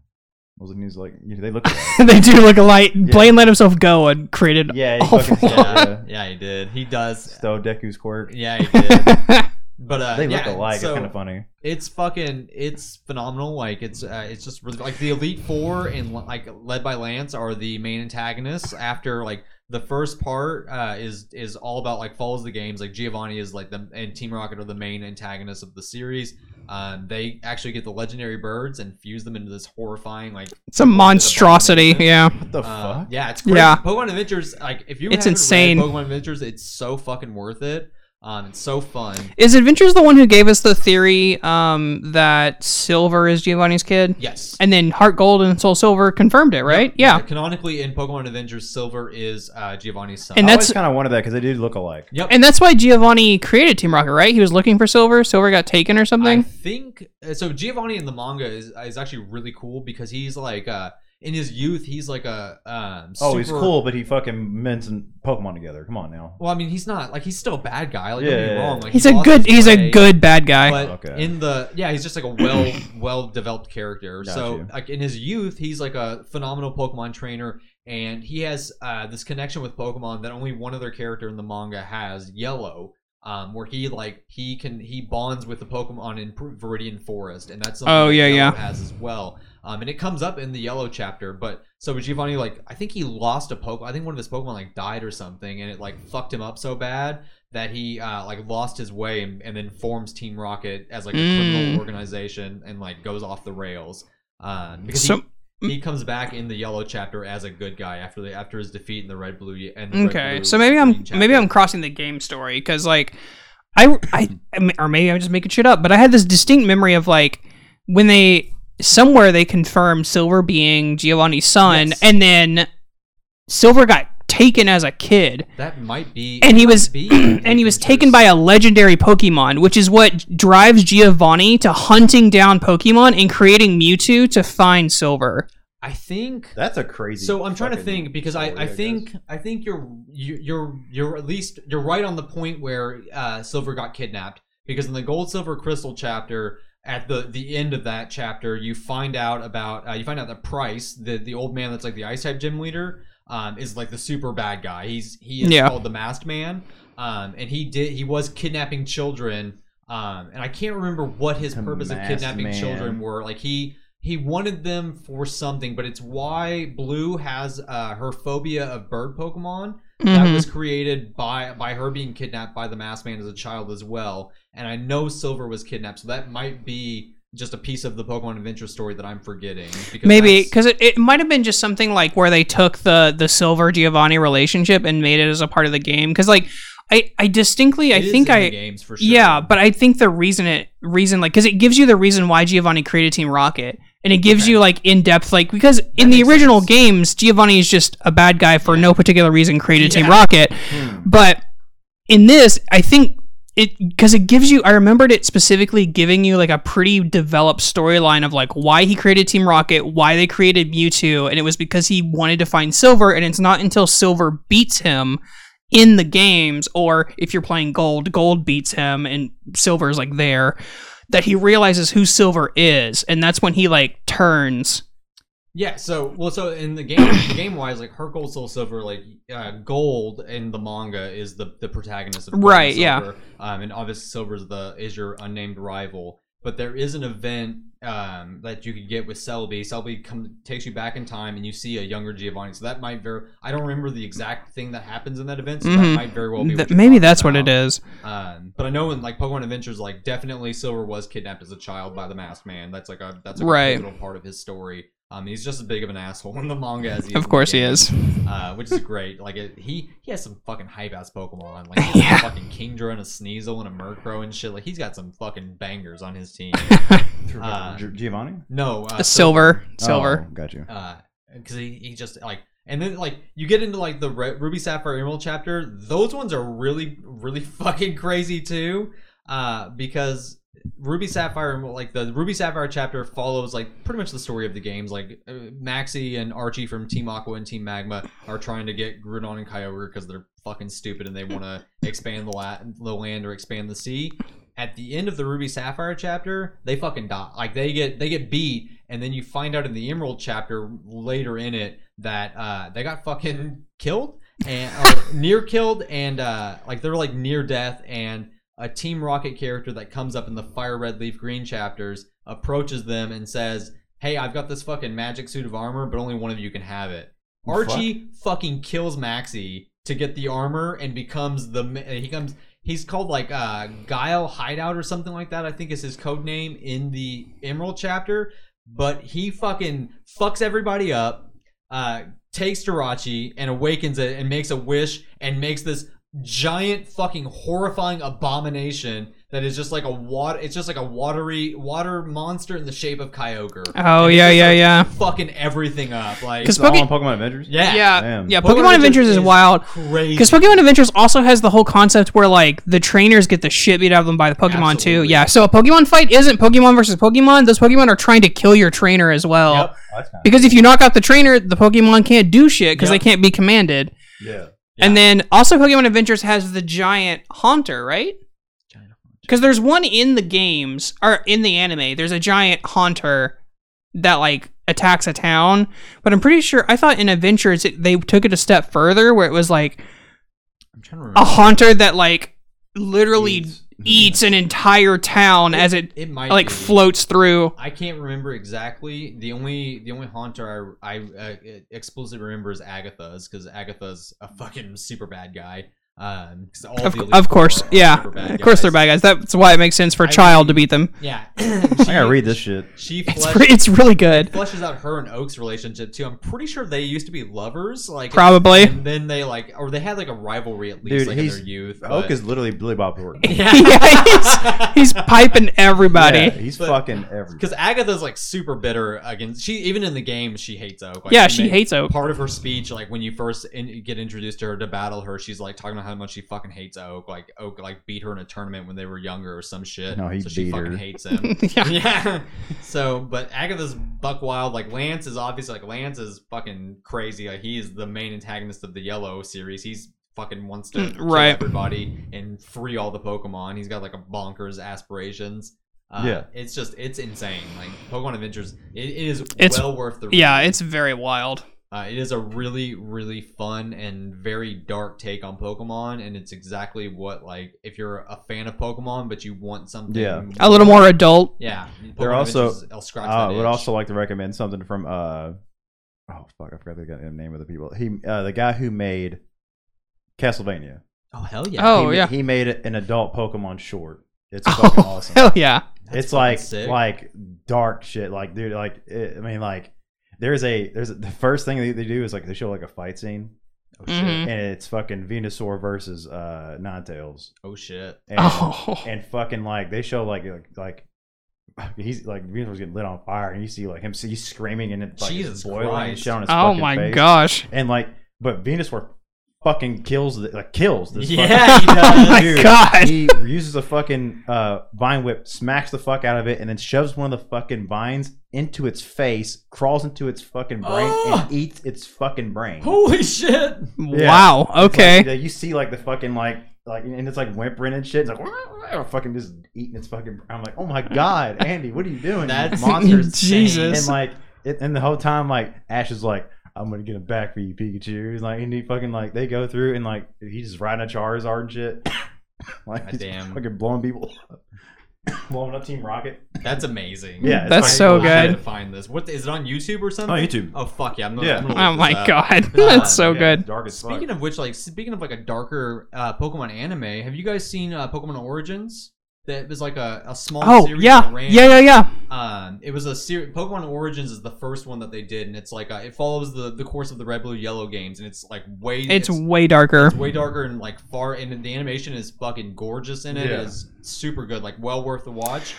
B: Wasn't he like, you know, they look alike.
D: they do look alike. Blaine let himself go and created.
B: yeah, he
D: All
B: fucking
D: for
A: yeah,
B: yeah.
A: yeah, he did. He does.
B: Stow Deku's quirk.
A: Yeah, he did. But uh,
B: They look
A: yeah,
B: alike.
A: So,
B: it's kind of funny.
A: it's fucking it's phenomenal like it's uh, it's just really, like the elite four and like led by lance are the main antagonists after like the first part uh, is is all about like follows the games like giovanni is like the and team rocket are the main antagonists of the series um, they actually get the legendary birds and fuse them into this horrifying like
D: It's a monstrosity. Yeah,
B: What the
A: uh,
B: fuck?
A: Yeah, it's crazy.
D: Yeah.
A: Pokemon Adventures, like if you
D: It's
A: haven't read
D: insane.
A: Pokemon Adventures, it's so fucking worth it. Um, it's so fun.
D: is Adventures the one who gave us the theory um, that Silver is Giovanni's kid?
A: Yes.
D: And then Heart Gold and Soul Silver confirmed it, right? Yeah.
A: Canonically in Pokemon Adventures, Silver is uh, Giovanni's son.
D: And
B: I
D: that-
B: always
D: that's-
B: kind of wanted that because they do look alike.
A: yep.
D: And that's why Giovanni created Team Rocket, right? He was looking for Silver. Silver got taken
A: Oh,
D: or
A: I
D: something.
A: think uh, so. Giovanni in the manga is is actually really cool because he's like uh, in his youth he's like a um,
B: Oh, he's
A: super-
B: cool, but he fucking mints and Pokemon together. Come on now.
A: Well, I mean, he's not like he's still a bad guy. Like, don't
B: Yeah.
A: get me wrong. Like,
D: he's
A: he
D: a
A: lost
D: good.
A: his
D: He's
A: way.
D: a good bad guy.
A: but
B: Okay.
A: in the yeah he's just like a well well developed character
B: Got
A: so
B: you.
A: like in his youth he's like a phenomenal pokemon trainer and he has uh, this connection with pokemon that only one other character in the manga has yellow um, where he like he can he bonds with the pokemon in Ver- viridian forest and that's something
D: Oh,
A: that
D: yeah,
A: Yellow
D: yeah.
A: has as well um, and it comes up in the yellow chapter but so giovanni like i think he lost a pokemon i think one of his pokemon like died or something and it like fucked him up so bad that he uh, like lost his way and, and then forms Team Rocket as like a
D: Mm.
A: criminal organization and like goes off the rails. Um, because
D: So-
A: he, he comes back in the yellow chapter as a good guy after the after his defeat in the red blue ye- and the red,
D: Okay,
A: blue,
D: so maybe I'm
A: green
D: maybe
A: chapter.
D: I'm crossing the game story because like I I I mean, or maybe I'm just making shit up, but I had this distinct memory of like when they somewhere they confirmed Silver being Giovanni's son,
A: Yes.
D: and then Silver got taken as a kid,
A: that might be
D: and he
A: might
D: was
A: be in
D: and he was
A: Adventures.
D: taken by a legendary Pokemon, which is what drives Giovanni to hunting down Pokemon and creating Mewtwo to find Silver.
A: I think
E: That's a crazy.
A: So I'm trying to
E: fucking
A: think because I,
E: story,
A: I
E: guess.
A: think I think you're you, you're you're at least you're right on the point where uh, Silver got kidnapped because in the Gold Silver Crystal chapter at the the end of that chapter you find out about uh, you find out that Price the the old man that's like the Ice type gym leader um, is like the super bad guy he's he is
D: Yeah.
A: called the Masked Man um, and he did he was kidnapping children um, and I can't remember what his
B: The
A: purpose of
B: Masked
A: kidnapping
B: Man.
A: children were like he he wanted them for something, but it's why Blue has uh, her phobia of bird Pokemon that
D: Mhm.
A: was created by by her being kidnapped by the Masked Man as a child as well. And I know Silver was kidnapped, so that might be just a piece of the Pokemon Adventure story that I'm forgetting. Because
D: Maybe
A: that's-
D: because it, it might have been just something like where they took the the Silver Giovanni relationship and made it as a part of the game. Because like I I distinctly I
A: it is
D: think
A: in the
D: I
A: games for sure.
D: yeah, but I think the reason it reason like because it gives you the reason why Giovanni created Team Rocket and it gives
A: Okay.
D: you like in depth like because in the
A: makes
D: original
A: sense.
D: games Giovanni is just a bad guy for no particular reason created Team
A: Yeah.
D: Rocket,
E: Hmm.
D: but in this I think. It because it gives you. I remembered it specifically giving you like a pretty developed storyline of like why he created Team Rocket, why they created Mewtwo, and it was because he wanted to find Silver. And it's not until Silver beats him in the games, or if you're playing gold, gold beats him and silver's like there, that he realizes who silver is, and that's when he like turns.
A: Yeah, so well, so in the game, game wise, like her gold, soul, silver, like uh, gold in the manga is the the protagonist of Gold and
D: Right, yeah.
A: Silver, um, and obviously silver is the is your unnamed rival. But there is an event um, that you could get with Celebi. Celebi come, takes you back in time, and you see a younger Giovanni. So that might very I don't remember the exact thing that happens in that event. So that
D: Mhm.
A: might very well be
D: Th-
A: you're
D: maybe
A: talking
D: that's what it
A: about.
D: is.
A: Um, but I know in like Pokemon Adventures, like definitely Silver was kidnapped as a child by the Masked Man. That's like a that's like
D: Right.
A: a little part of his story. Um, he's just as big of an asshole in the manga as he is. in
D: Of
A: the
D: course he
A: game,
D: is.
A: uh, which is great. Like it, he he has some fucking hype ass Pokemon, like he
D: Yeah.
A: has a fucking Kingdra and a Sneasel and a Murkrow and shit. Like he's got some fucking bangers on his team. Uh,
B: Gi- Giovanni?
A: no, uh,
D: silver, silver.
B: Oh, got you.
A: because Uh, he, he just like and then like you get into like the Re- ruby sapphire emerald chapter those ones are really really fucking crazy too uh because ruby sapphire Emerald- like the ruby sapphire chapter follows like pretty much the story of the games like uh, maxi and archie from team aqua and team magma are trying to get Groudon and kyogre because they're fucking stupid and they want to expand the, la- the land or expand the sea at the end of the Ruby Sapphire chapter, they fucking die. Like they get they get beat, and then you find out in the Emerald chapter later in it that uh, they got fucking killed and or near killed, and uh, like they're like near death. And a Team Rocket character that comes up in the Fire Red Leaf Green chapters approaches them and says, "Hey, I've got this fucking magic suit of armor, but only one of you can have it." Archie fucking kills Maxie to get the armor and becomes the ma- he comes he's called like uh Guile Hideout or something like that I think is his code name in the Emerald chapter but he fucking fucks everybody up uh takes Jirachi and awakens it and makes a wish and makes this giant fucking horrifying abomination that is just like a water it's just like a watery water monster in the shape of Kyogre
D: Oh
A: And it
D: yeah,
A: just,
D: yeah,
A: like,
D: yeah.
A: fucking everything up like
D: Because
B: It's all
D: Pokemon,
B: on Pokemon Adventures?
A: yeah
D: yeah,
B: Damn.
D: yeah. Pokemon, Adventures is wild.
A: Crazy.
D: Because Pokemon Adventures also has the whole concept where like the trainers get the shit beat out of them by the Pokemon too.
A: Absolutely.
D: Yeah. So a Pokemon fight isn't Pokemon versus Pokemon. Those Pokemon are trying to kill your trainer as well.
A: Yep.
E: Oh, that's kind
D: Because if you knock out the trainer, the Pokemon can't do shit because
A: Yep.
D: they can't be commanded.
E: of, yeah.
D: And then also Pokemon Adventures has the giant Haunter, right? Because there's one in the games or in the anime. There's a giant Haunter that like attacks a town, but I'm pretty sure I thought in Adventures it, they took it a step further where it was like
A: I'm trying to remember.
D: a Haunter that like literally eats,
E: Eats.
D: an entire town as it
A: it might
D: like
A: be.
D: floats through.
A: I can't remember exactly. The only the only haunter I I uh, explicitly remember is Agatha's because Agatha's a fucking super bad guy. Because all
D: Of,
A: the Elite
D: of
A: Four
D: course,
A: are
D: yeah.
A: super bad
D: Of course, they're
A: guys.
D: bad guys. That's why it makes sense for a
A: I
D: child to
A: agree.
D: beat them.
A: Yeah,
B: I gotta read this shit.
A: She
D: It's
A: flesh-
D: pre- it's really good.
A: fleshes out her and Oak's relationship too. I'm pretty sure they used to be lovers, like
D: Probably.
A: and then they like, or they had like a rivalry at least
B: Dude,
A: like, in
B: he's-
A: their youth.
B: Oak
A: but-
B: is literally Billy Bob Thornton.
A: yeah,
D: Yeah, He's piping everybody.
B: Yeah, he's
A: But-
B: fucking everybody.
A: because Agatha's like super bitter against. She even in the game she hates Oak. Like,
D: yeah, she
A: makes-
D: hates Oak.
A: Part of her speech, like when you first in, get introduced to her to battle her, she's like talking about how much she fucking hates Oak. Like Oak, like beat her in a tournament when they were younger or some shit.
B: No, he
A: so she
B: beat
A: fucking
B: her.
A: hates him.
D: yeah.
A: yeah. So, but Agatha's buck wild. Like Lance is obviously like Lance is fucking crazy. Like he is the main antagonist of the Yellow series. He's fucking wants to
D: Mm,
A: kill
D: right.
A: everybody and free all the Pokemon. He's got like a bonkers aspirations. Uh,
B: Yeah.
A: it's just it's insane. Like Pokemon Adventures, it, it is
D: It's-
A: well worth the.
D: Yeah,
A: read.
D: it's very wild.
A: Uh, it is a really, really fun and very dark take on Pokemon, and it's exactly what like if you're a fan of Pokemon but you want something
B: Yeah.
D: A little more adult.
A: yeah.
B: They're
A: Pokemon
B: also-
A: Adventures, I'll scratch
B: Oh, I
A: that
B: would
A: itch.
B: also like to recommend something from uh oh fuck, I forgot the guy- the name of the people. He uh, the guy who made Castlevania.
A: Oh hell yeah!
D: Oh
B: he, ma-
D: yeah.
B: he made an adult Pokemon short. It's
D: Oh,
B: fucking awesome.
D: Hell yeah.
A: That's
B: it's
A: fucking
B: like
A: sick.
B: like dark shit. Like dude, like it, I mean, like there's a there's a, the first thing they, they do is like they show like a fight scene,
A: oh shit,
D: Mhm.
B: and it's fucking Venusaur versus uh Ninetales.
A: oh shit.
B: And,
D: oh.
B: and fucking like they show like like like he's like Venusaur's getting lit on fire, and you see like him he's screaming and it's like it's
A: Jesus
B: boiling and
A: Christ.
B: shit on his
D: Oh
B: fucking
D: my
B: face.
D: gosh.
B: And like, but Venusaur fucking kills the, like kills this fucking
A: Yeah, he
D: Oh
A: does.
D: my
B: Dude,
D: god.
B: he uses a fucking uh, vine whip, smacks the fuck out of it, and then shoves one of the fucking vines into its face, crawls into its fucking brain,
A: Oh!
B: and eats its fucking brain.
A: Holy shit!
B: Yeah.
D: Wow.
B: It's like,
D: Okay.
B: you, know, you see like the fucking like like and it's like whimpering and shit. It's like fucking just eating its fucking. I'm like, oh my god, Andy, what are you doing? you
A: That's
B: monster.
D: Jesus.
B: And like, it, and the whole time, like Ash is like, "I'm gonna get him back for you, Pikachu." He's like, and he fucking like they go through and like he's just riding a Charizard and shit, like he's
A: Goddamn.
B: fucking blowing people, up. blowing up Team Rocket.
A: That's amazing.
B: Yeah, it's
D: That's
A: Like,
D: so
A: I had
D: good.
A: To find this, what is it on YouTube or something?
B: On YouTube.
A: Oh fuck yeah! I'm gonna,
B: Yeah.
A: I'm gonna look
D: Oh
A: this
D: my
A: up.
D: god. That's so
B: Yeah,
D: good.
B: Dark as fuck.
A: Speaking of which, like speaking of like a darker uh, Pokemon anime, have you guys seen uh, Pokemon Origins? That was like a, a small
D: Oh
A: series
D: yeah.
A: that ran
D: Yeah yeah yeah.
A: Um, it was a series. Pokemon Origins is the first one that they did, and it's like uh it follows the the course of the Red Blue Yellow games, and it's like way
D: It's way darker.
A: it's way darker and like far, and the animation is fucking gorgeous in it.
B: Yeah.
A: It is super good, like well worth the watch.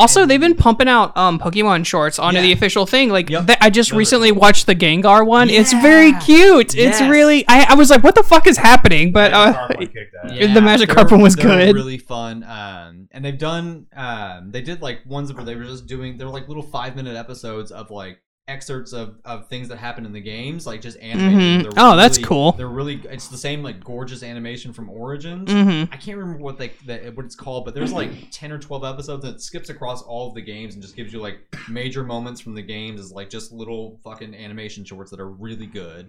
D: Also, they've been pumping out um Pokemon shorts onto
A: Yeah.
D: the official thing. Like
A: Yep.
D: th- I just
A: Those are
D: recently watched the Gengar one. It's very
A: Yeah.
D: cute. It's
A: Yes.
D: really I, I was like, what the fuck is happening? But uh,
B: Dark one kicked ass.
D: Yeah. the Magic Carpet was
A: they're
D: good.
A: really fun. Um, and they've done um, they did like ones where they were just doing they're like little five minute episodes of like excerpts of of things that happen in the games, like just
D: Mhm.
A: animated. They're
D: Oh, that's
A: really-
D: cool.
A: They're really it's the same like gorgeous animation from Origins.
D: hmm
A: I can't remember what they that, what it's called, but there's like ten or twelve episodes that skips across all of the games and just gives you like major moments from the games as like just little fucking animation shorts that are really good.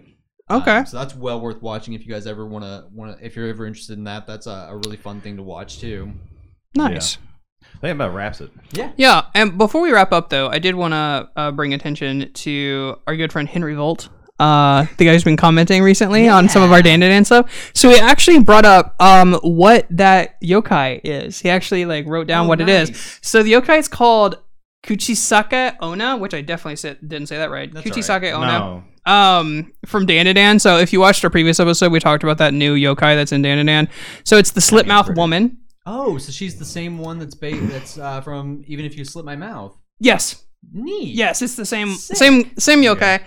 D: Okay.
A: Um, so that's well worth watching if you guys ever want to want to if you're ever interested in that. That's a, a really fun thing to watch too.
D: nice.
B: I think about wraps it.
D: Yeah, and before we wrap up, though, I did want to uh, bring attention to our good friend Henry Volt, uh, the guy who's been commenting recently on some of our Dandadan stuff. So he actually brought up um, what that yokai is. He actually like wrote down
A: Oh,
D: what it is.
A: nice.
D: So the yokai is called Kuchisake Ona, which I definitely said, didn't say that right.
A: That's all right.
D: Kuchisake Ona
B: No,
D: um, from Dandadan. So if you watched our previous episode, we talked about that new yokai that's in Dandadan. So it's the slit mouth woman.
A: Oh, so she's the same one that's ba- that's uh, from Even If You Slit My Mouth.
D: Yes,
A: Neat.
D: Yes, it's the same
A: Sick.
D: same same yokai.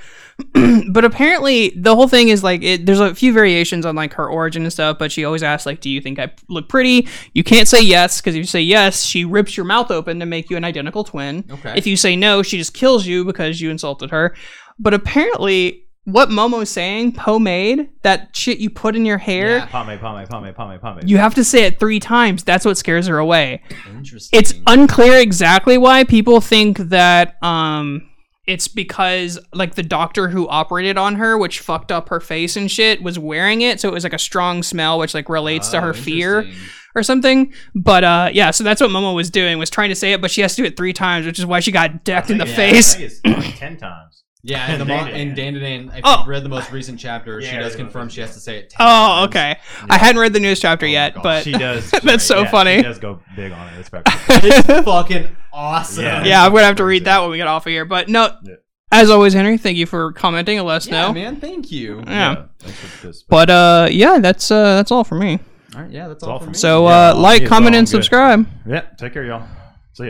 D: but apparently the whole thing is like it, there's a few variations on like her origin and stuff, but she always asks like, "Do you think I look pretty?" You can't say yes because if you say yes, she rips your mouth open to make you an identical twin.
A: Okay.
D: If you say no, she just kills you because you insulted her. But apparently what Momo's saying, pomade, that shit you put in your hair,
A: Yeah.
B: pomade, pomade, pomade, pomade, pomade.
D: you have to say it 3 times. That's what scares her away
A: Interesting.
D: it's unclear exactly why people think that um it's because like the doctor who operated on her which fucked up her face and shit was wearing it so it was like a strong smell which like relates to
A: Oh,
D: her fear
A: interesting.
D: or something but uh yeah so that's what momo was doing was trying to say it but she has to do it three times which is why she got decked in the
B: I think-
D: face
B: I think it's like ten times.
A: Yeah, and, the mon- and
B: Dandadan.
A: Dandadan, if
D: Oh.
A: you've read the most recent chapter, she
B: Yeah,
A: does
B: the most
A: confirm
B: recent
A: she has to say it. 10
D: Oh,
A: times.
D: okay. I hadn't read the news chapter
A: Oh my
D: yet,
A: gosh.
D: but
B: She does.
D: That's so
B: yeah,
D: funny.
B: She does go big on it. It's back-
A: It's fucking awesome.
B: Yeah.
D: yeah, I'm gonna have to read that when we get off of here. But no,
B: Yeah.
D: as always, Henry, thank you for commenting and let us
A: Yeah,
D: know.
A: man. Thank you.
D: Yeah.
F: Thanks for this.
D: But uh, yeah, that's uh, that's all for me.
A: All right. Yeah, that's
B: all
A: all
B: for
A: for
B: me.
A: me.
D: So
B: Yeah,
D: uh,
B: well,
D: like,
B: it's
D: comment,
B: all
D: and
B: good.
D: subscribe.
B: yeah. Take care, y'all.